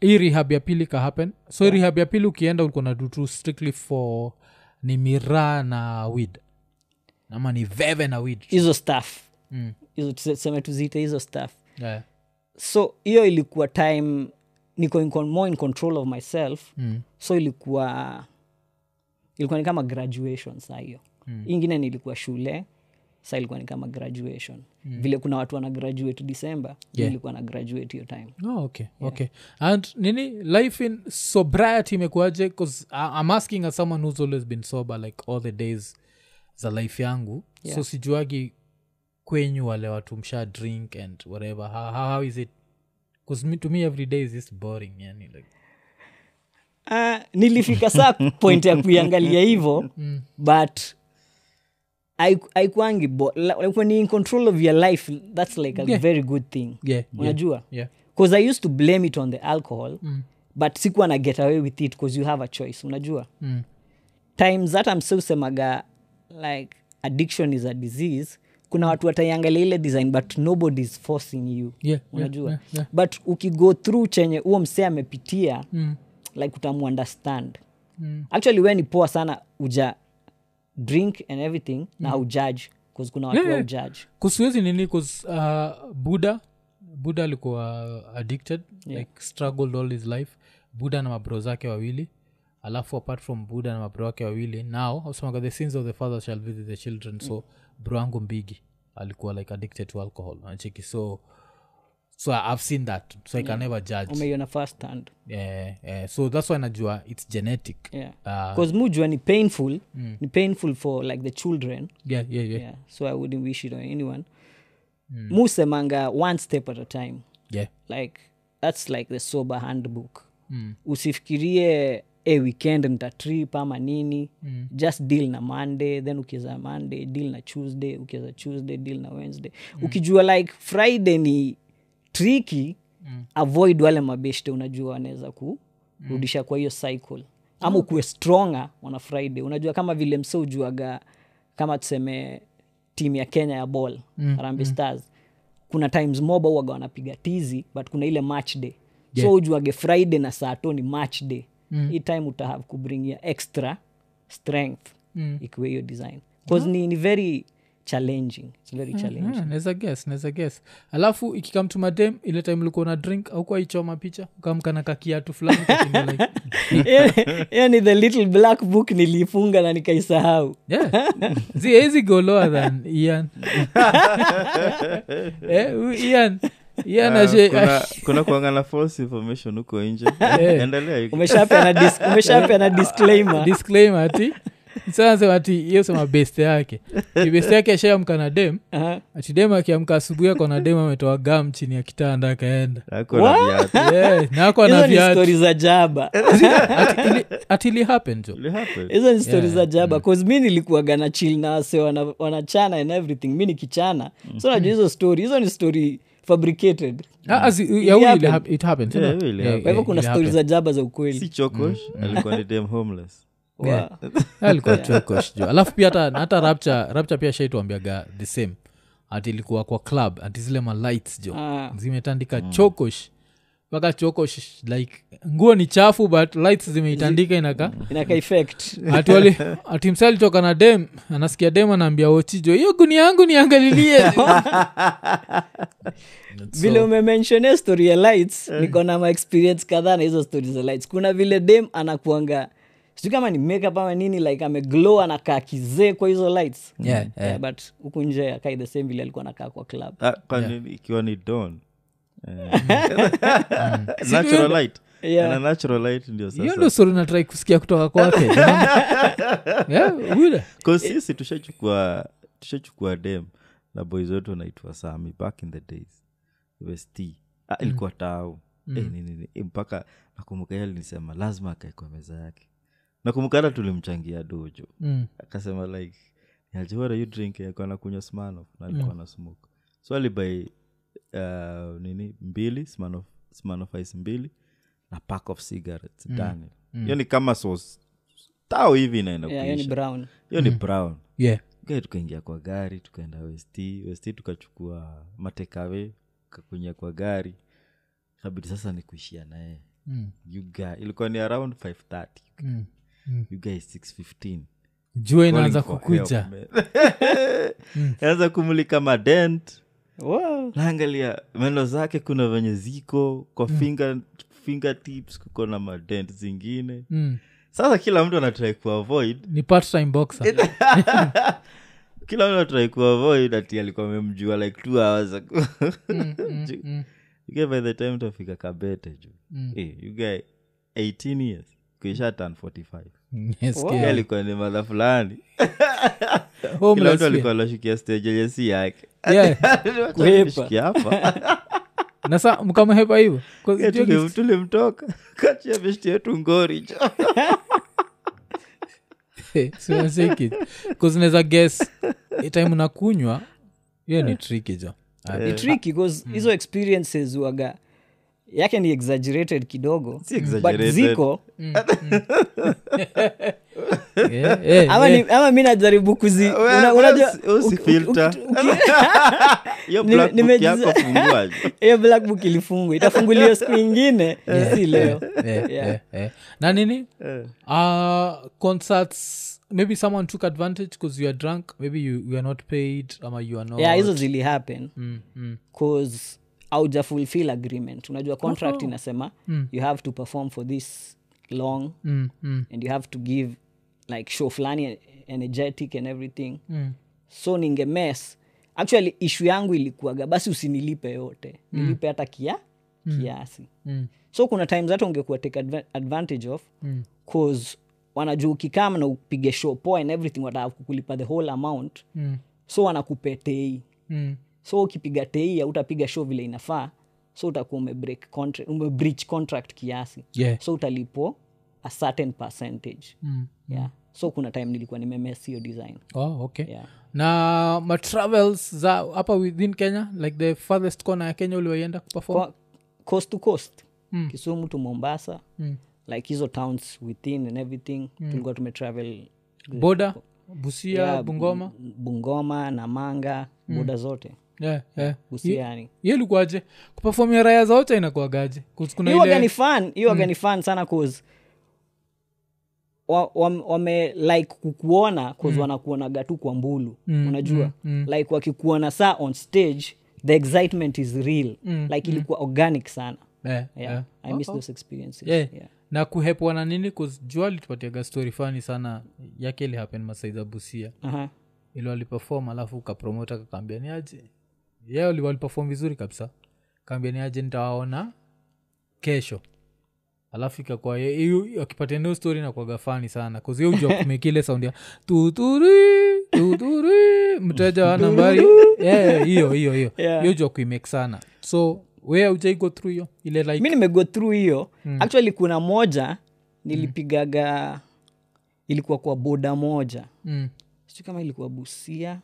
hii rehab ya pili ka happen so yeah. rehab ya pili ukienda ulikuwa na do tu strictly for ni miraa na wid ama ni veve na wid
hizo staff
Mm.
hizo tuseme tuziite hizo staff
yeah.
so hiyo ilikuwa time niko in, con- more in control of myself
mm.
so ilikuwa ilikuwa ni kama graduation saa hiyo mm. ingine nilikuwa shule sa ilikuwa ni kama graduation mm. vile kuna watu wana graduate december yeah. ilikuwa na graduate hiyo time
oh, okay okay and nini life in sobriety imekuaje bcause i'm asking as someone who's always been sober like all the days za life yangu yeah. so sijuagi kwenyu wale watu msha drink and whatever how, how, how is it bcause to me every day is just boring yani like
Ah, nilifika saa point ya kuiangalia hivo but haiku- haikuangi bo- la- like when you're in control of your life that's like a
Yeah.
very good thing
yeah yeah,
unajua
yeah.
bcause i used to blame it on the alcohol
Mm.
but sikuwa na get away with it bcause you have a choice unajua
Mm.
times hata mseusemaga like addiction is a disease kuna watu wataiangalia ile design but nobody is forcing you
Mm. Yeah,
unajua
yeah, yeah,
but ukigo through chenye huo msee amepitia
Mm.
like utamuunderstand
Mm.
actually we ni poa sana uja drink and everything na haujudge bcause kuna watu
Mm. Yeah, yeah.
haujudge
kusiwezi nini bcause uh, buda buda alikuwa addicted yeah. like struggled all his life buda na mabro zake wawili alafu apart from buda na mabro wake wawili now ausemaga the sins of the father shall visit the children so bro wangu mbigi alikuwa like addicted to alcohol nachiki so so i've seen that so i can never judge
umeiona first hand
Eh, eh, so that's why najua it's genetic
yeah.
Ah.
bcause mujua ni painful ni painful for like the children
yeah, yeah, Mm. yeah.
yeah. so i wouldn't wish it on anyone musemanga one step at a time
yeah.
like that's like the sober handbook
Mm.
usifikirie e weekend nitatrip ama nini mm. just deal na monday then ukiweza monday deal na tuesday ukiweza tuesday deal na wednesday mm. ukijua like friday ni tricky mm. avoid wale mabeshte unajua wanaweza kurudisha kwa hiyo cycle ama ukuwe stronger on a friday unajua kama vile mse ujuaga kama tuseme timu ya kenya ya ball mm. harambee stars kuna times moba huwaga wanapiga tizi but kuna ile match day yeah. so ujuage friday na sato ni match day mm. hii time utahave kubringia extra strength mm. ikiwe hiyo design bcause ni, ni very challenging It's very challenging
naweza Mm, guess naweza guess alafu ikikam to madem ile time ulikuwa na drink aukuwa ichoma picha ukamkana kakiatu fulani kakimbia like,
yani the little black book niliifunga na nikaisahau
yeah. Zi- haezi go lower than ian Eh, u- ian ian
Ah,
ashe-
kuna-
ashe-
kuna kuangana false information huko nje endelea Yuki.
umeshapea na, dis- umeshapea na disclaimer
disclaimer ati sanasema ati hiyo sema best yake Ni best yake ashaamka na dem
Aha.
ati dem akiamka asubuhi ako na dem ametoa gam chini ya kitanda akaenda
Ako na viatu.
yeah, na ako na
hizo ni stori
viatu
za jaba
atili happen jo
It happened.
hizo ni stori za jaba bcause mi nilikuaga na chill na wase wana- wanachana and everything mi nikichana so najua hizo story hizo ni story fabricated
Ah, as- ya huyu
happened.
ili hap- it happened, sio?
Yeah, huyu ili
Yeah,
happened.
kwa hivyo
yeah,
kuna
ili
stori
happened.
za jaba za
si
ukweli
chokosh alikuwa ni dem homeless
Wa-
Yeah. alikuwa chokosh jo alafu pia hata hata rapcha rapcha pia shaituambiaga the same ati ilikuwa kwa club ati zile malights jo
Ah.
zimetandika chokosh mpaka chokosh like nguo ni chafu but lights zimeitandika inaka
inaka effect
ati wali- ati msa alitoka na dem anasikia dem anaambia wochijo hiyo guni yangu niangalilie
vile umementionia story ya lights niko na maexperience kadhaa na hizo story za lights kuna vile dem anakuanga sijui kama ni makeup ama nini like ameglow anakaa kizee kwa hizo lights
Yeah,
Yeah, but huku nje akai the same vile alikuwa anakaa kwa club
Ah, kwani ikiwa ni don Eh. natural light
Yeah.
na natural light ndio
hiyo ndo
sasa
stori natrai kusikia kutoka kwake yeah, Wile.
'Cause sisi tushachukua tushachukua dem na boys wetu wanaitwa sami back in the days west ah, ilikuwa tao Eh, nini, nini. Eh, mpaka nakumbuka yeye alinisema lazima akae kwa meza yake nakumbuka hata tulimchangia dojo
Mm.
akasema like ajiwara you drink yako anakunywa smanof na alikuwa na smoke so alibai uh, nini mbili smanof Smirnoff ice mbili na pack of cigarettes ndani hiyo ni kama sauce tao hivi inaenda
Yeah, hiyo ni
kuisha
brown
hiyo ni brown
yeah.
Guy tukaingia kwa gari tukaenda west west tukachukua matekawe kakunyia kwa gari kabidi sasa ni kuishia naye
Mm.
You guy- ilikuwa ni around 530
Mm.
you guys 615
jua inaanza
Calling for help,
kukuja Hmm.
man. Inaanza kumulika madent
Wow.
naangalia meno zake kuna venye ziko kwa
Hmm.
finger, fingertips kuko na madent zingine
mm.
sasa kila mtu anatrai kuavoid
ni part time boxer
kila mtu anatrai kuavoid ati alikuwa amemjua like two hours ago.
Hmm,
Ju- You get by the time tafika kabete juu
Hmm.
Eh, you get 18 years kuisha turn 45
Yes,
Yeye
yeah.
alikuwa ni madha fulani kila
Homeless
mtu
pia.
alikuwa anashukia stage yenye si yake
Oh, Yeah.
Tulishikia hapa
na sa mkamhepa hivyo Kwa-
Eh,
jua
tulim- tulimtoka kachia beshti yetu ngori jo.
Ah,
kis- so I say kid. 'Cause naweza guess eh, time unakunywa hiyo ni triki jo Ah,
Eh.
Ni tricky 'cause hizo experiences waga yake ni exaggerated kidogo
Si
but
exaggerated.
ziko
Hmm, yeah, yeah,
ama,
yeah.
ni- ama mi najaribu kuzi
Wewe-
una- unajua-
wewe usi- usi
uki-
filter.
uki- uki-
Hiyo
Nime-
black book
nimejiza-
yako fungua jo.
hiyo black book ilifungwa itafunguliwa siku ingine si leo
Eh, eh, eh. na nini uh, concerts maybe someone took advantage because you are drunk maybe you, you are not paid ama you are not
yeah hizo zili happen
mm, mm.
cause auja fulfill agreement unajua contract inasema you have to perform for this long
Mm, mm,
and you have to give like show fulani energetic and everything
mm.
so ningemes actually ishu yangu ilikuwaga basi usinilipe yote nilipe hata kia kiasi
Mm.
so kuna times hata ungekuwa take adva- advantage of mm. cause wanajua ukikama na upige show poa and everything wataka kukulipa the whole amount
Mm.
so wanakupe tei
Mm.
so ukipiga tei utapiga show vile inafaa so utakuwa umebreak contract, umebreach contract kiasi
Yeah.
so utalipwa a certain percentage
Mm.
yeah. so kuna time nilikuwa nimemes hiyo design
Oh, okay
yeah.
na matravels za hapa within kenya like the farthest corner ya kenya uliwaienda kuperform
Kwa, coast to coast mm. kisumu to mombasa
Hmm.
mm. like hizo towns within and everything mm. tulikuwa tumetravel
boda busia
yeah, mm.
bungoma
Bu- bungoma namanga mm. boda zote
yeah, yeah.
usiani
hiyo ilikuwaje kupefomia raya za ocha inakuagaje kuna
hiyo waga
ile
ni fan hiyo waga ni fan sana cause wa- wam- wame like kukuona cause wanakuonaga tu kwa mbulu unajua like wakikuona saa on stage the excitement is real like ilikuwa organic sana
Eh,
Mm. yeah.
eh.
i miss those experiences
Yeah.
Yeah.
na kuhepwa na nini kujua litupatiaga story fani sana yake ilihapen masaiza busia
Aha.
ili walipefom alafu ukapromota kakaambia ni aje ye yeah, walipefom vizuri kabisa kaambia ni aje nitawaona kesho alafu ikakuwa ye- hiyo- akipatia nio story nakwaga fani sana kazio uja kumekile saundi ya tuturi tuturi mteja wa nambari Yeah, hiyo hiyo hiyo
Yeah.
hiyo jua kuimake sana so we aujaigo through hiyo ile like
mi nimego through hiyo actually kuna moja nilipigaga ilikuwa kwa boda moja
mm,
sijui kama ilikuwa busia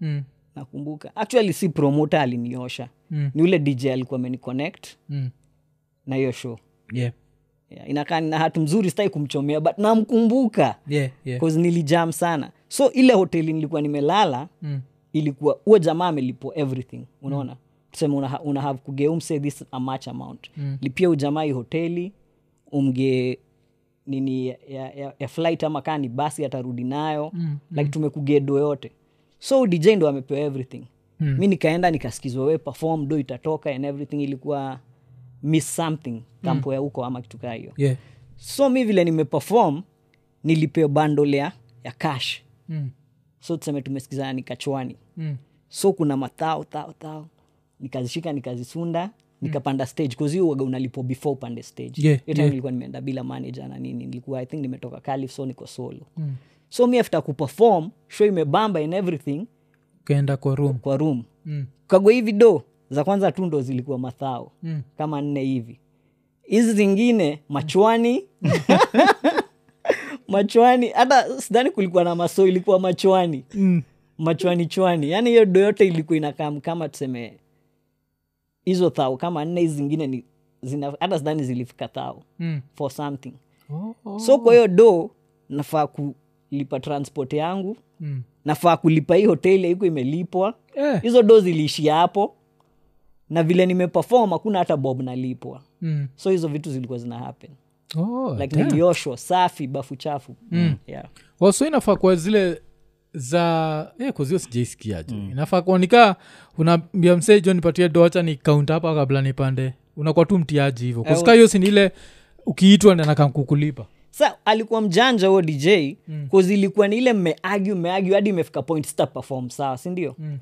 mm,
nakumbuka actually si promoter aliniosha
Mm.
ni ule dj alikuwa ameniconnect
mm.
na hiyo show
yeah
yeah, inakaa nina hatu mzuri sitaki kumchomea but namkumbuka
yeah yeah
cause nilijam sana so ile hoteli nilikuwa nimelala
mm,
ilikuwa huo jamaa amelipo everything unaona tuseme una, una have kuge umse this a much amount mm. lipia ujamaa hii hoteli umge nini ya, ya, ya flight ama kaa ni basi atarudi nayo mm. like tumekugedo yote so dj ndo amepewa everything mm. mi nikaenda nikasikizwa we perform do itatoka and everything ilikuwa miss something kampo ya huko ama kitu kaa hiyo
yeah
so mi vile nimeperform nilipewa bandole ya, ya cash
mm,
so tuseme tumesikizana nikachwani
mm, Hmm.
so kuna mathao thao thao nikazishika nikazisunda nikapanda stage cause hiyo uaga unalipwa before upande stage
Yeah,
Hiyo time
yeah.
nilikuwa nimeenda bila manager na nini nilikuwa i think nimetoka calif so niko solo
mm.
so mi after kuperform show imebamba in everything
ukaenda kwa room
kwa room
mm.
kagwa hivi do za kwanza tu ndo zilikuwa mathao
Mm.
kama nne hivi hizi zingine machwani machwani hata sidhani kulikuwa na maso ilikuwa machwani
Mm.
machwani chwani yaani hiyo do yote ilikuwa inakam kama tuseme hizo thao kama nne hizi zingine ni zina- hata sidhani zilifika thao
Mm.
for something
Oh, oh.
so kwa hiyo do nafaa kulipa transport yangu
Mm.
nafaa kulipa hii hoteli haiko imelipwa
Eh.
hizo do ziliishia hapo na vile nimepefom hakuna hata bob nalipwa
Mm.
so hizo vitu zilikuwa zina happen
Oh,
like
damn.
nilioshwa safi bafu chafu Mm, yeah.
Well, so inafaa kuwa zile za yeah, kuzio sijaisikiaje inafaa kuwa nikaa unaambia msee jo nipatie doacha ni kaunta hapa kabla nipande unakuwa tu mtiaji hivyo kusika hiyo sini ile ukiitwa nanakankukulipa
sa alikuwa mjanja huo dj mm. ilikuwa ni ile mmeagu mmeagu hadi imefika point sita perform sawa sindio mm.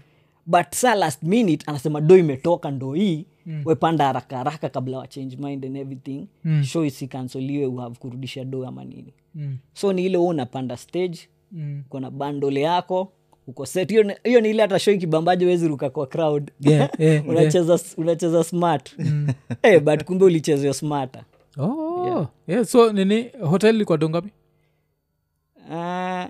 but sa last minute anasema do imetoka ndo hii mm. wepanda haraka haraka kabla wa change mind and everything mm. show isikansoliwe uhave kurudisha do ama nini
mm.
so ni ile huo unapanda stage
mm.
uko na bandole yako uko set hiyo ni- hiyo ni ile hata show ikibambaje wezi ruka kwa crowd
Yeah, yeah, Mm.
unacheza unacheza smart Eh, but kumbe ulichezea smart
oh, yeah, Mm. so nini hotel ilikuwa dongapi
Ah,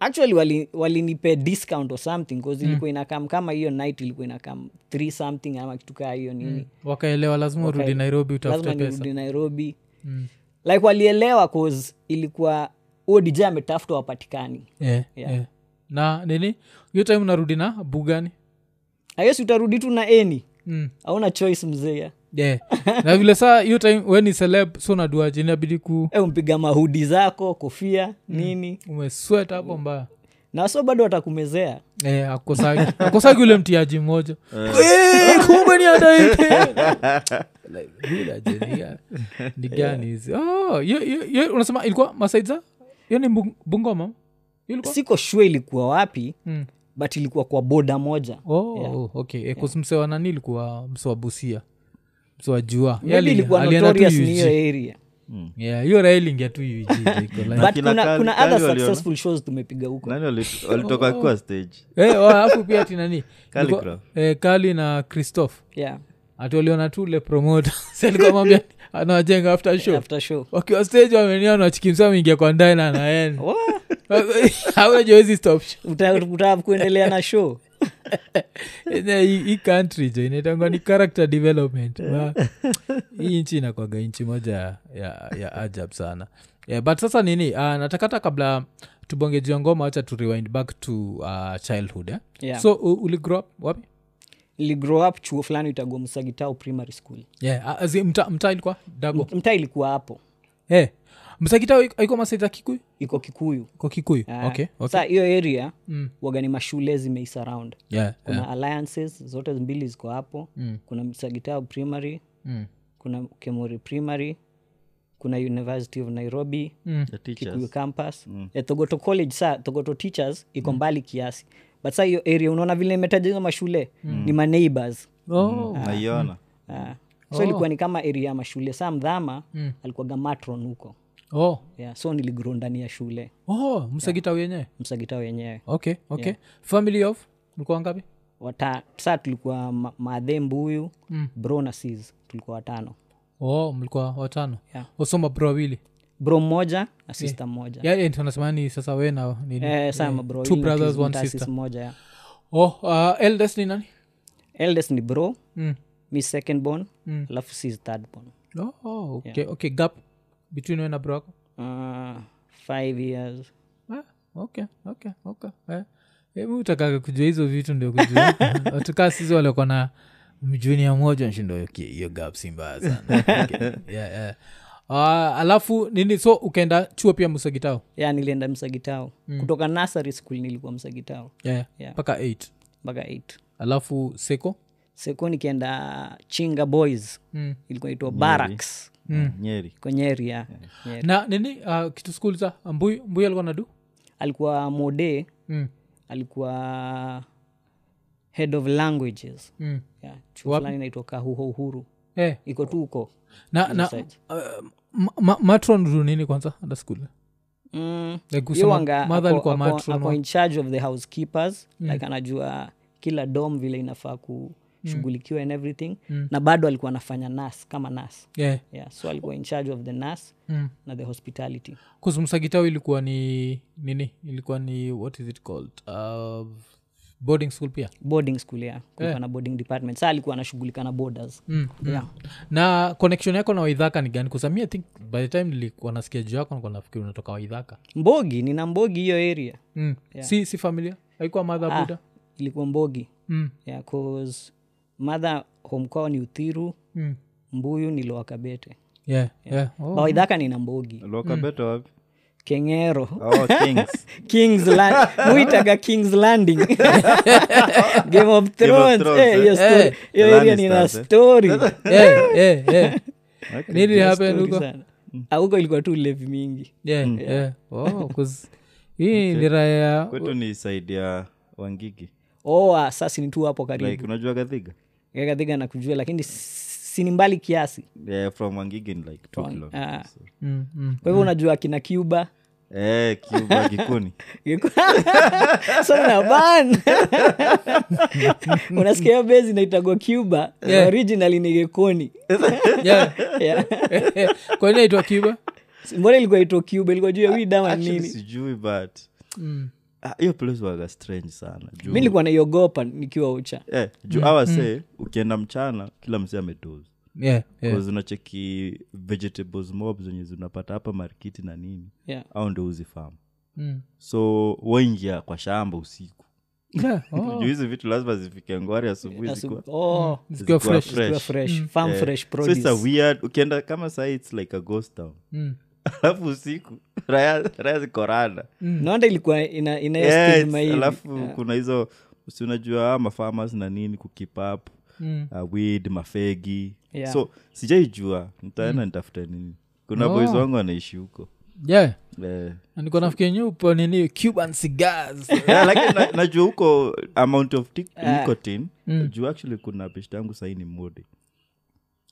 actually wali- walinipe discount or something cause
Mm.
ilikuwa inakam kama hiyo night ilikuwa inakam three something ama kitu kaa hiyo nini
wakaelewa lazima urudi nairobi utafute
lazima
Mm. pesa
nirudi nairobi
Mm.
like walielewa cause ilikuwa huo dj ametafutwa wapatikani
yeah, yeah.
Yeah.
Eh, na nini hiyo time unarudi na bugani
ayesi utarudi tu na eni
mm.
hauna choice mzee
yeah. na vile saa hiyo time we ni celeb so naduaji inabidi ku
Eh, mpiga mahudi zako
Mm.
kofia nini
umeswet hapo mbaya
na so bado watakumezea
Eh, akosagi akosagi ule mtiaji mmoja Eh, kumbe ni adaike ni gani hizi
Eh.
Oh, hiyo- hiyo- hiyo unasema ilikuwa masaiza hiyo ni Mbung- bungoma hiyo ilikuwa
siko shue ilikuwa wapi
Mm.
but ilikuwa kwa boda moja
oh, oh, okay Eh, 'cause mse wa nani ilikuwa mse wa busia mse wa jua
Maybe ilikuwa notorious ni hiyo area
hiyo railingia tu UG, iko like-
but
kina
kuna,
Kali-
kuna
Kali
other
waliona?
successful shows tumepiga huko
nani wali- walitoka kwa stage
Eh, wa- alafu pia tinani
Kali Crow.
eh, kali na christophe
yeah.
atoliona tu ule promoter Sasa alikuwa anamwambia, anawajenga after show
after show
wakiwa stage wameniona wachikimsa wameingia kwa ndani na naenda
Wah,
haunajowezi stop show.
uta- uta kuendelea na show
Ene, hii hii country jo inaitangwa ni character development Ma- hii nchi inakwaga nchi moja ya, ya, ya ajab sana yeah, but sasa nini uh, natakata kabla tubonge juu ya ngoma wacha tu rewind back to uh, childhood eh?
Yeah.
so u- uli grow up wapi
niligrow up chuo fulani itagua msagitao primary school
yeah, uh, zi- mta, mta ilikuwa dago
mtaa ilikuwa hapo
hey, msakita aiko masaiza kikuyu
iko kikuyu
ko kikuyu
Ah,
okay, okay.
sa hiyo area mm. waga ni mashule zimeisurround
Yeah,
kuna alliances zote mbili ziko hapo mm. kuna msagitao primary
mm.
kuna kemori primary kuna university of nairobi
mm.
The teachers.
kikuyu campus mm. eh, thogoto college sa thogoto teachers iko mbali kiasi but sa hiyo area unaona vile imetaja hizo mashule ni maneighbors
Oh.
Ah, Mm.
naiona
uh, so ilikuwa ni kama area ya mashule saa mdhama mm. alikuwaga matron huko
Oh.
yeah, so niligro ndani ya shule
Oh, msagita wenyewe
msagitao wenyewe
okay okay family of mlikuwa ngapi
Wata- saa tulikuwa ma- madhe mbuyu mm. bro na sis tulikuwa watano
oh mlikuwa watano
Yeah.
usoma bro wawili
bro mmoja na sister mmoja
Yeah, yeah, tunasema ni sasa we na nini
eh, saa mabro
two
wawili na
brothers,
tis-
one
na sis
sister.
mmoja yeah.
oh uh, eldest ni nani
eldest ni bro
mm.
mi second born alafu sis third born
oh, oh, okay, okay gap between we na bro wako
uh, five years
ah, okay okay okay eh. hebu utakaga kujua hizo vitu ndio kujua watukaa sisi waliokuwa na mjunia moja nshindo okay, hiyo gap si mbaya sana okay. yeah, yeah. Uh, alafu nini so ukaenda chuo pia musagitao
ya nilienda msagitao
Mm.
kutoka nasary school nilikuwa msagitao
yeah, yeah.
Yeah.
mpaka 8
mpaka 8
alafu seko
seko nikienda chinga boys
mm.
ilikuwa itwa barracks
nyeri
konyeri ya Nyeri.
na nini uh, kitu skul za mbui mbui alikuwa nadu
alikuwa mode
mm.
alikuwa head of languages
mm.
yeah, chuo
Wapi?
fulani inaitwa kahuho uhuru
eh,
iko tu huko
na, na
Research.
uh, ma, ma, matron du nini kwanza hata skuli
mm.
like
Hiyo
kusema
wanga
mother
ako-
alikuwa
ako-
matron
ako
wa-
in charge of the housekeepers
Mm.
like anajua kila dom vile inafaa kushughulikiwa and everything
Mm.
na bado alikuwa anafanya nas kama nas
yeah.
yeah, so alikuwa in charge of the nas
mm.
na the hospitality
kuzumsagitao ilikuwa ni nini ilikuwa ni what is it called uh, boarding school pia
boarding school yeah. kulikuwa na boarding department sa alikuwa anashughulika na borders
Eh. mm. mm.
yeah.
na connection yako na waidhaka ni gani kusamia i think by the time nilikuwa nasikia juu yako nilikuwa nafikiri unatoka waidhaka
mbogi nina mbogi hiyo area
mm. yeah. si, si familia haikuwa madha ah. buda
ilikuwa mbogi
mm.
yeah, cause mother home kwao ni uthiru
Mm.
mbuyu ni loakabete
Yeah. Yeah. Oh.
bawaidhaka nina mbogi
lokabeta wapi
kengero
oh, kings
kings land muitaga kings landing game of thrones
Thrones,
Eh, hiyo
eh.
story-
Eh.
hiyo
The
area nina
Lannisters, eh.
story
yeah, yeah, yeah.
Okay.
nini happen huko
sana Ah, huko ilikuwa tu levi mingi
yeah, yeah. Oh, 'cause hii lira ya
kwetu ni saidi ya wangigi
oh ah, sasa ni tu hapo karibu
like unajua gadhiga
kadhiga na kujua lakini s- sini mbali kiasi
yeah, from wangigi ni like two
ah.
kilometers so.
mm, mm.
kwa hivyo unajua akina cuba
eh, cuba kikuni
sonaban unasikia hiyo bezi inaitagwa cuba yeah. originali ni gekoni
Yeah.
yeah.
kwa nini aitwa kiba
mbona ilikuwa itwa cuba ilikuwa juu ya widama
Actually,
nini
sijui but
mm.
ah, hiyo place waga strange sana juu
mi nilikuwa naiogopa nikiwa ucha
eh, juu awa see ukienda mchana kila msee amedoz
yeah, yeah.
yeah. unacheki vegetables mob zenye zinapata hapa markiti na nini
yeah.
au ndo uzifamu
Mm.
so waingia kwa shamba usiku
Yeah, oh.
juu hizi vitu lazima zifike ngwari asubuhi
Asu-
zikuwa
oh,
Zikiwa
zikuwa
fresh.
zikiwa fresh
Mm.
farm
Eh,
fresh
so it's a
produce
weird ukienda kama saa its like a ghost town
Mm.
alafu usiku raya raya zikorana
Mm.
naonda ilikuwa ina, ina hiyo
Yes,
stigma hivi.
alafu kuna hizo si unajua mafamas na nini kukip up
Mm.
uh, weed mafegi
Yeah.
so sijaijua nitaenda nitafuta nini kuna
Oh.
oh. boys wangu wanaishi huko
yeah
eh.
Na niko nafikiri nyu upo nini cuban cigars
yeah, lakini na- najua huko amount of tic- nicotine
Mm.
juu actually kuna peshta yangu sahii ni mode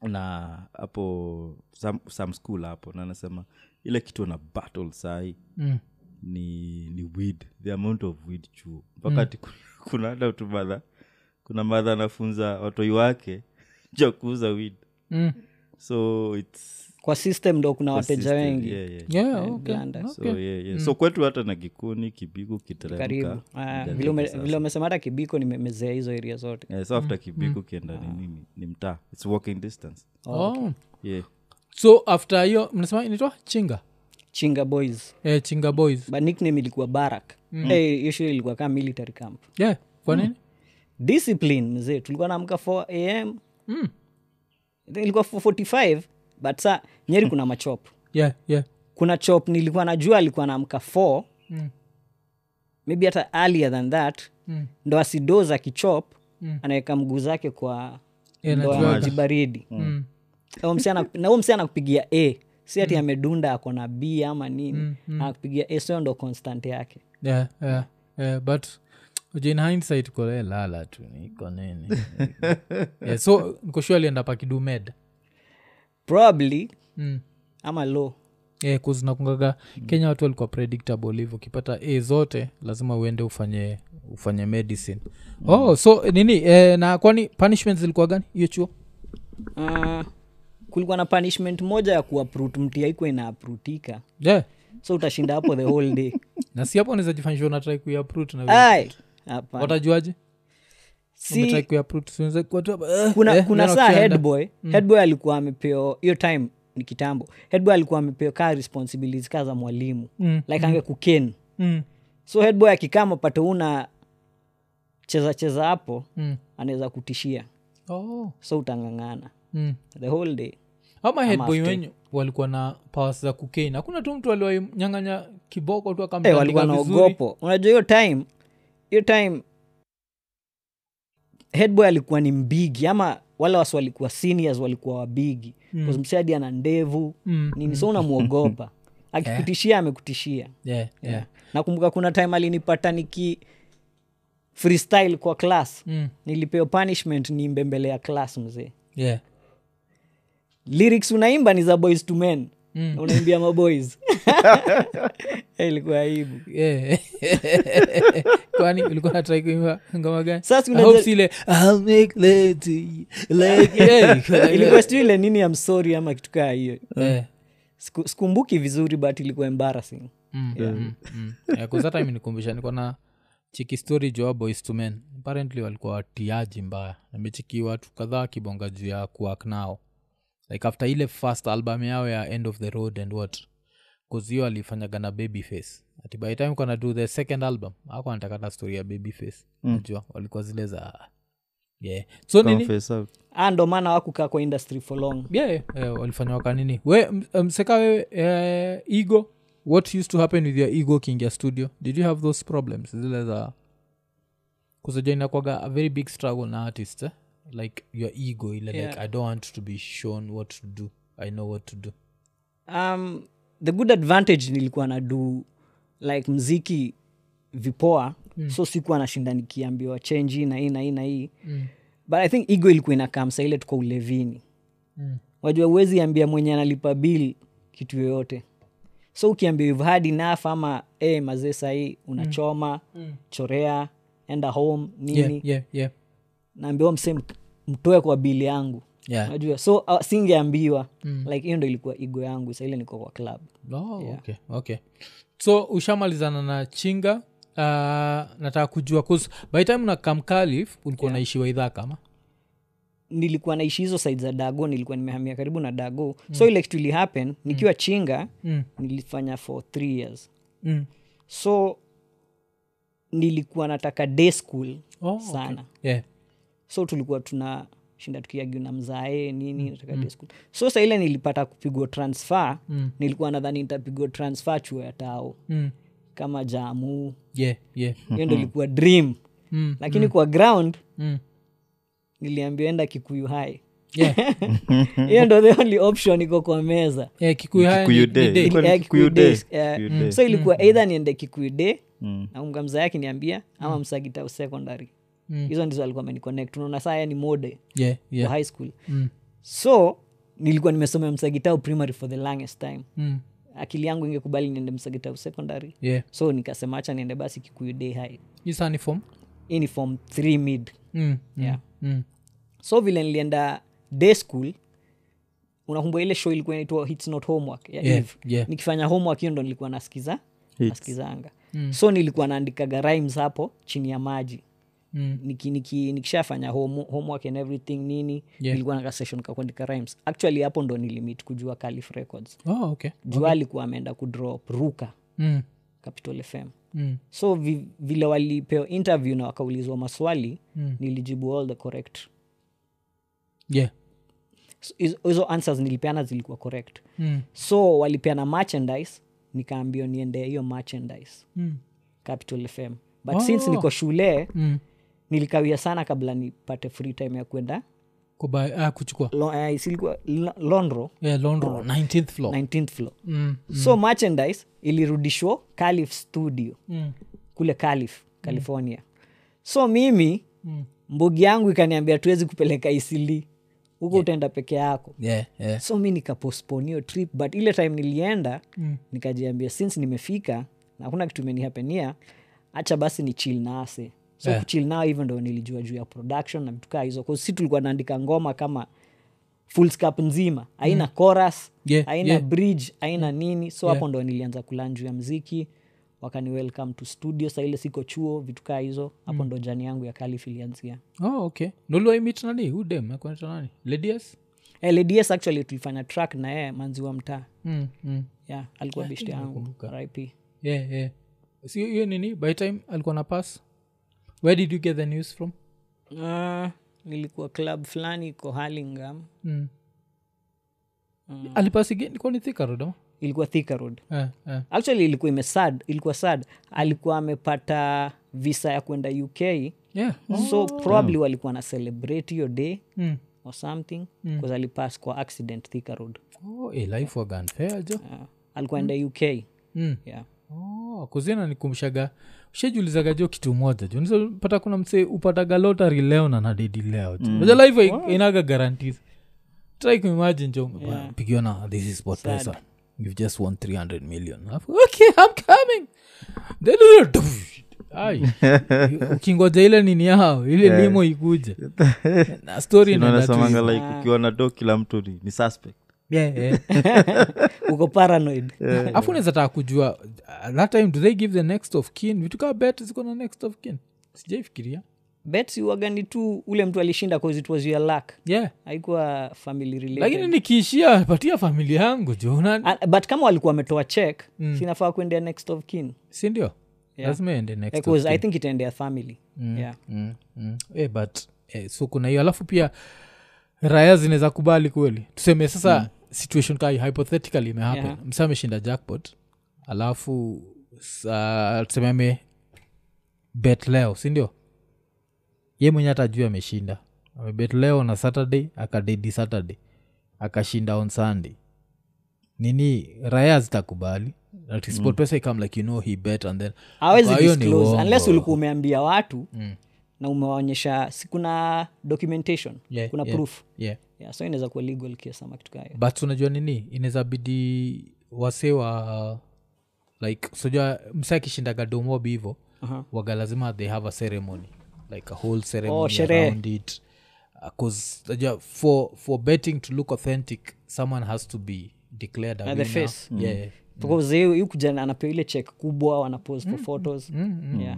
na hapo some, some school hapo na anasema ile kitu na battle sahi
mm.
ni ni weed the amount of weed chuo mpaka ati kuna- kuna hata tu madha kuna madha anafunza watoi wake ja kuuza weed
Mm.
so its
kwa system ndo kuna wateja
persistent.
wengi
Yeah, yeah.
yeah, okay. Mm.
Blanda.
So, yeah, yeah. so kwetu hata na kikuni kibiku
karibu
kiteremka
Ah,
Ndio
vile ume-
sasa.
vile umesema hata kibiko nimemezea hizo area zote
Yeah, so
Mm.
after kibiku kienda ni nini ni mtaa its walking distance
Oh.
yeah.
so after hiyo mnasema inaitwa chinga
chinga boys
eh, chinga boys
but nickname ilikuwa barak mm. hey, hiyo shule ilikuwa kama military camp
yeah kwa nini
discipline mzee tulikuwa naamka 4 am
Mm.
I think ilikuwa 445 but sa nyeri kuna machop
yeah yeah
kuna chop nilikuwa najua alikuwa naamka 4
mm.
maybe hata earlier than that
Mm.
ndo asidoza akichop
Mm.
anaweka mguu zake kwa
Yeah,
ndo
najua.
anajibaridi
Mm.
na huo msee anakupigia a si ati amedunda ako na b ama nini
Mm,
anakupigia a sio ndo constant yake
yeah yeah yeah but jin hindsight kole lala tu niko nini yeah, so nikoshua alienda pakidumed
probably
mm.
ama low
yeah, kuzinakungaga Eh, kenya watu walikuwa predictable hivyo ukipata a zote lazima uende ufanye ufanye medicine oh so nini eh, na kwani punishment zilikuwa gani hiyo chuo
Ah, kulikuwa na punishment moja ya kuaprut mti haikuwa inaaprutika
yeah
so utashinda hapo the whole day
na si hapo unawezajifanyisha unatrai kuiaprut na
Ai, hapana.
watajuaje umetrai
Ah, si
kuiaprut siweze kuwa tu hapa, eh,
kuna,
eh,
kuna
neno
saa
kienda.
headboy
Mm.
headboy alikuwa amepewa hiyo time ni kitambo headboy alikuwa amepewa kaa responsibilities kaa za mwalimu
Mm,
like ange kuken
mm,
so headboy akikama pate una cheza cheza hapo
mm.
anaweza kutishia
Oh,
so utangangana
mm.
the whole day
ama headboy wenyu walikuwa na powers za kukein hakuna tu mtu aliwanyanganya kiboko tu
hey, Eh, walikuwa
akamtandika
na
vizuri
ogopo unajua hiyo time hiyo time headboy alikuwa ni mbigi ama wale wasi walikuwa seniors walikuwa wabigi mm. msadi ana ndevu
Mm,
nini so unamwogopa akikutishia amekutishia
yeah, yeah.
nakumbuka kuna time alinipata niki freestyle kwa class
Mm.
nilipewa punishment niimbe mbele ya class mzee
yeah
lyrics unaimba ni za boys to men mm. unaimbia maboys ilikuwa aibu
Yeah. kwani ulikuwa natrai kuimba ngoma gani
Sasa
I
unajua-
hope si ile, I'll make lady like- Yeah, ilikuwa like
ilikuwa sijui ile nini am sorry ama kitu kaa hiyo
that. Yeah.
Siku- sikumbuki vizuri but ilikuwa embarrassing
Mm, mm, mm. Yeah, 'cause that time nikumbusha niko na chiki story joa boys to men apparently walikuwa watiaji mbaya nimechiki watu kadhaa wakibonga juu ya kuak nao like after ile first album yao ya end of the road and what kuzio alifanyaga na babyface ati by the time kana do the second album ako anatakata story ya babyface najua walikuwa zile za yeah so nini
Confess out.
Ah, ndo maana wakukaa kwa industry for long
yeah, yeah, yeah, walifanya wakanini we m- mseka wewe eh, ego what used to happen with your ego kiingia studio did you have those problems zile za kusaja inakwaga a very big struggle na artist eh? like your ego ile
Yeah.
like i don't want to be shown what to do i know what to do
um, the good advantage nilikuwa na do like mziki vipoa mm. so sikuwa nashinda nikiambiwa change hii na hii na hii na hii mm. but i think ego ilikuwa inakaa msaa ile tuko ulevini mm. wajua uwezi ambia mwenye analipa bill kitu yoyote so ukiambia you've had enough ama hey, mazee sahii unachoma mm. chorea enda home nini
yeah,
yeah.
yeah, yeah.
naambiwa msee mtoe kwa bili yangu
yeah.
najua so uh, singeambiwa mm. like hiyo ndo ilikuwa igo yangu saile niko kwa club
Oh, okay, okay. so ushamalizana na chinga uh, nataka kujua 'cause by the time na kamkalif ulikuwa yeah. naishi waidhaa kama
nilikuwa naishi hizo side za dago nilikuwa nimehamia karibu na dago mm. so ile kitu ilihappen nikiwa mm. chinga
Mm.
nilifanya for three years
mm.
so nilikuwa nataka day school
oh,
sana
yeah.
so tulikuwa tuna shinda tukiagiu na mzae nini nataka day school so sa ile nilipata kupigwa transfer mm. nilikuwa nadhani nitapigwa transfer chuo ya tao
mm.
kama jamu
yeah, yeah.
hiyo ndo ilikuwa dream
Mm,
lakini kwa ground
mm.
niliambiwa enda kikuyu hai
Yeah.
hiyo ndo the only option iko kwa meza
Eh, kikuyu haya ni-
Kikuyu
ni
day.
day.
Ilikuwa ni
Yeah,
Kikuyu
Kikuyu
day.
days, yeah.
Kikuyu day.
so ilikuwa eidha niende kikuyu day
Mm.
na ungamza yake niambia ama msagitau secondary
Mm.
hizo ndizo alikuwa ameniconnect unaona saa ya ni mode
Yeah, yeah.
wa high school
Mm,
so nilikuwa nimesomea msagitau primary for the longest time
mm.
akili yangu ingekubali niende msagitau secondary
Yeah.
so nikasema hacha niende basi kikuyu day high
Hii saa ni form?
Hii ni form 3 mid
Mm, mm,
Yeah.
mm.
so vile nilienda day school unakumbuka ile show ilikuwa inaitwa hits not homework ya
Yeah,
Eve.
yeah.
nikifanya homework hiyo ndo nilikuwa nasikiza
Hits.
nasikizanga so nilikuwa naandikaga rhymes hapo chini ya maji
Mm.
Niki- niki- nikishafanya home, homework and everything nini
Yeah.
nilikuwa naga session kakuandika rhymes actually hapo ndo nilimit kujua calif records
Oh, okay.
jua alikuwa ameenda kudrop ruka
Mm,
capital fm
mm,
so vi, vile walipewa interview na wakaulizwa maswali
Mm.
nilijibu all the correct
yeah.
So, hizo hizo answers nilipeana zilikuwa correct
Mm,
so walipeana merchandise nikaambiwa niende hiyo merchandise
mm,
capital fm but
Oh.
since niko shule
mm.
nilikawia sana kabla nipate free time ya kwenda
Kubai- ah, kuchukua
lo- eh, silikuwa lo- lonro
yeah, London, 19th floor
19th floor
Mm,
so merchandise ilirudishwa calif studio
mm.
kule calif california so mimi
Mm.
mbugi yangu ikaniambia tuwezi kupeleka isili huko utaenda peke yako
Yeah, yeah.
so mi nikapostpone hiyo trip but ile time nilienda mm. nikajiambia since nimefika na hakuna kitu imenihapenia hacha basi ni chill nase so
Yeah.
yeah. kuchill nao hivyo ndo nilijua juu ya production na vitu kaa hizo 'Cause si tulikuwa naandika ngoma kama full scope nzima aina chorus
Mm. Yeah,
aina
yeah. Mm.
bridge aina nini so hapo ndo nilianza kulan juu ya mziki wakani welcome to studio saa ile siko chuo vitu kaa hizo hapo
Mm.
ndo jani yangu ya kalif ilianzia
Oh, okay. noliwaimit nani udem akunaita nani ladies
Eh, LDS actually tulifanya track na yeye manzi wa mtaa
mm, mm.
yeah, alikuwa beshte yangu RIP.
yeah, yeah. si hiyo nini by the time alikuwa na pass where did you get the news from
Ah, nilikuwa club fulani iko Hurlingham.
mm. alipasigeni kwani thikarodama
Mm, ilikuwa Thika Road.
eh, eh.
actually ilikuwa imesad ilikuwa sad alikuwa amepata visa ya kwenda uk
yeah.
so probably walikuwa na celebrate hiyo day
mm.
or something mm. alipass kwa accident Thika Road.
oh, eh, life waganfea jo
Ah, alikuwa enda uk
mm.
yeah.
oh, poa kuzina nikumshaga ushajulizaga jo kitu moja jo Unaweza pata kuna msee upataga lotari leo na nadedi leo jo mm. life inaga guarantees try kuimagine jo yeah. pigiwa na this is what pesa you've just won 300 million Alafu, okay i'm coming Then, ai ukingoja ile nini yao ile yeah. limo ikuje na story inaenda tu
nasemanga
hivyo.
like ukiwa na do kila mtu ni, ni suspect
Yeah, yeah.
uko paranoid
afu unaweza taka kujua uh, that time do they give the next of kin vitu kaa bet ziko na next of kin sijaifikiria
bets huwaga ni tu ule mtu alishinda cause it was your luck
yeah
haikuwa family related
lakini nikiishia patia familia yangu jo na-
Ah, but kama walikuwa wametoa check mm. sinafaa kuendea next of kin
si ndio lazima ende next of
because i think itaendea family mm. yeah.
mm, mm. Eh, but eh, so kuna hiyo alafu pia raya zinaweza kubali kweli tuseme sasa mm. situation kai hypothetically imehappen yeah.
Yeah.
msa ameshinda jackpot alafu sa- tuseme ame bet leo sindio ye mwenye hata juu ameshinda amebet leo na saturday akadedi saturday akashinda on sunday nini raya zitakubali mm. pesa ikam like you know he bet and then
awezi
Kwa hiyo ni
disclose
uongo.
unless ulikuwa umeambia watu mm. na umewaonyesha si kuna documentation
Yeah,
kuna
yeah.
proof
yeah
yeah, so inaweza kuwa legal case ama kitu kayo
but unajua nini inaweza bidi wase wa like sijua msa akishindaga domobi hivo
Aha.
waga lazima they have a ceremony like a whole ceremony
sherehe.
around it Uh, 'cause, unajua, for, for betting to look authentic someone has to be declared a
Na the
winner.
face.
Mm.
Yeah. Mm,
bcauseukujana anapewa ile check kubwa wanapose for photos Yeah.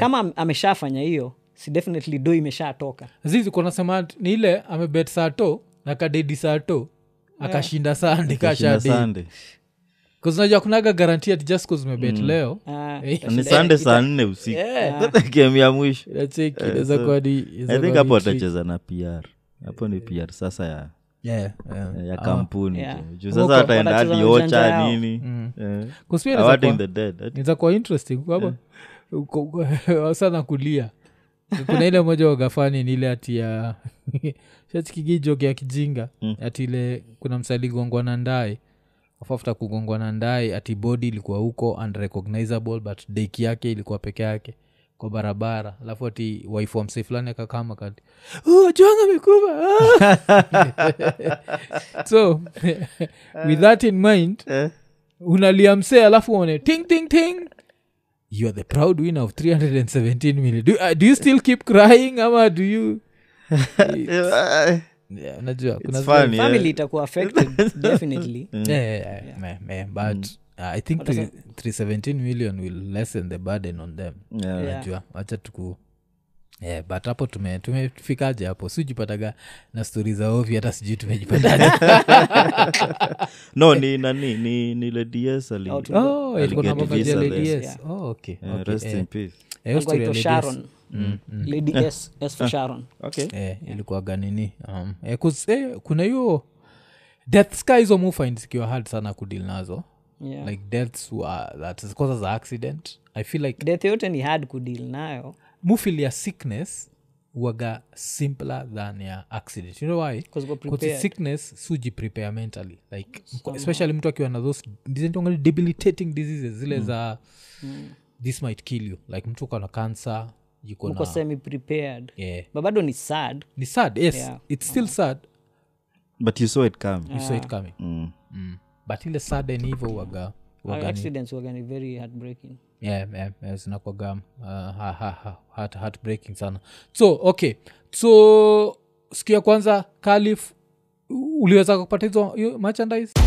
kama am- ameshafanya hiyo si definitely do imeshatoka
zizi kunasema ni ile amebet sato akadedi sato akashinda sande
Shida
kashadi
Sunday.
unajua kunaga garanti ati just cause umebet
Mm.
leo
Ah,
eh,
ni sunday saa nne usiku game ya mwisho
inacheki inaweza kuwa ni inaweza
Eh, i think
kuwa
hapo
ni trick.
atacheza na pr hapo ni pr sasa ya
Yeah, yeah. Ah,
ya kampuni
Yeah.
tu. juu sasa wataenda
Wanacheza
hadi
ujanja
ocha
yao.
nini
Mm.
Eh.
'Cause pia inaweza
Awarding
kuwa-
the dead. Ati-
inaweza kuwa interesting kwamba uko- uko- sana kulia kuna ile moja wagafani ni ile ati ya shachikigijog ya kijinga
Hmm.
ati ile kuna msaligongwa na ndae Alafu after kugongwa na ndae ati body ilikuwa huko unrecognizable but deki yake ilikuwa peke yake kwa barabara alafu ati wife wa msee fulani akakama kati "Oh, jwang amekufa ah!" so with that in mind
Eh.
unalia msee alafu uone ting ting ting you are the proud winner of 317 million do, uh, do you still keep crying ama do you
Eh,
yeah, unajua kuna
it's
zile-
funny, eh.
family itakuwa affected definitely
Yeah, yeah, yeah, meh, meh, but
Mm.
uh, i think three- 317 million will lessen the burden on them
Yeah.
Yeah.
najua wacha tuku Yeah, but hapo tume- tumefikaje hapo sijipataga na stori za ovi hata sijui Oh, tumejipataga
no ni nani ni ni ladies ali
Out-
Eh. oh,
I'll
ilikuwa na
get
mavazi ya
visa
Lady
there.
S. Oh, okay,
Eh,
okay,
rest
eh,
in peace
eh, hiyo story ya Lady
Alikuwa
S.
ito sharon Mm. lady s s for sharon
okay
eh, ilikuwaga nini um, eh, kus, eh, kuna hiyo death sky hizo mufind zikiwa hard sana kudil nazo
Yeah.
like deaths wa- that is causes za accident i feel like
death yote ni hard kudeal nayo
mufil ya sickness waga simpler than ya accident you know why
'Cause we're
'Cause
prepared.
sickness suji prepare mentally like mko- especially mtu akiwa na those disentongali debilitating diseases zile
Mm.
za this might kill you like mtu uko na cancer yuko
uko
na
semi prepared
yeah.
but bado ni sad
ni sad yes
Yeah.
it's still sad
but you saw it come
you saw it coming
Mm.
mm. but ile sudden hivo waga
Our
waga ni-
accidents wagani very heartbreaking
yeah, yeah, yeah, zinakwaga uh, ha- ha- ha- heart- heartbreaking sana so okay so siku ya kwanza kalif uliweza kupata hizo hiyo merchandise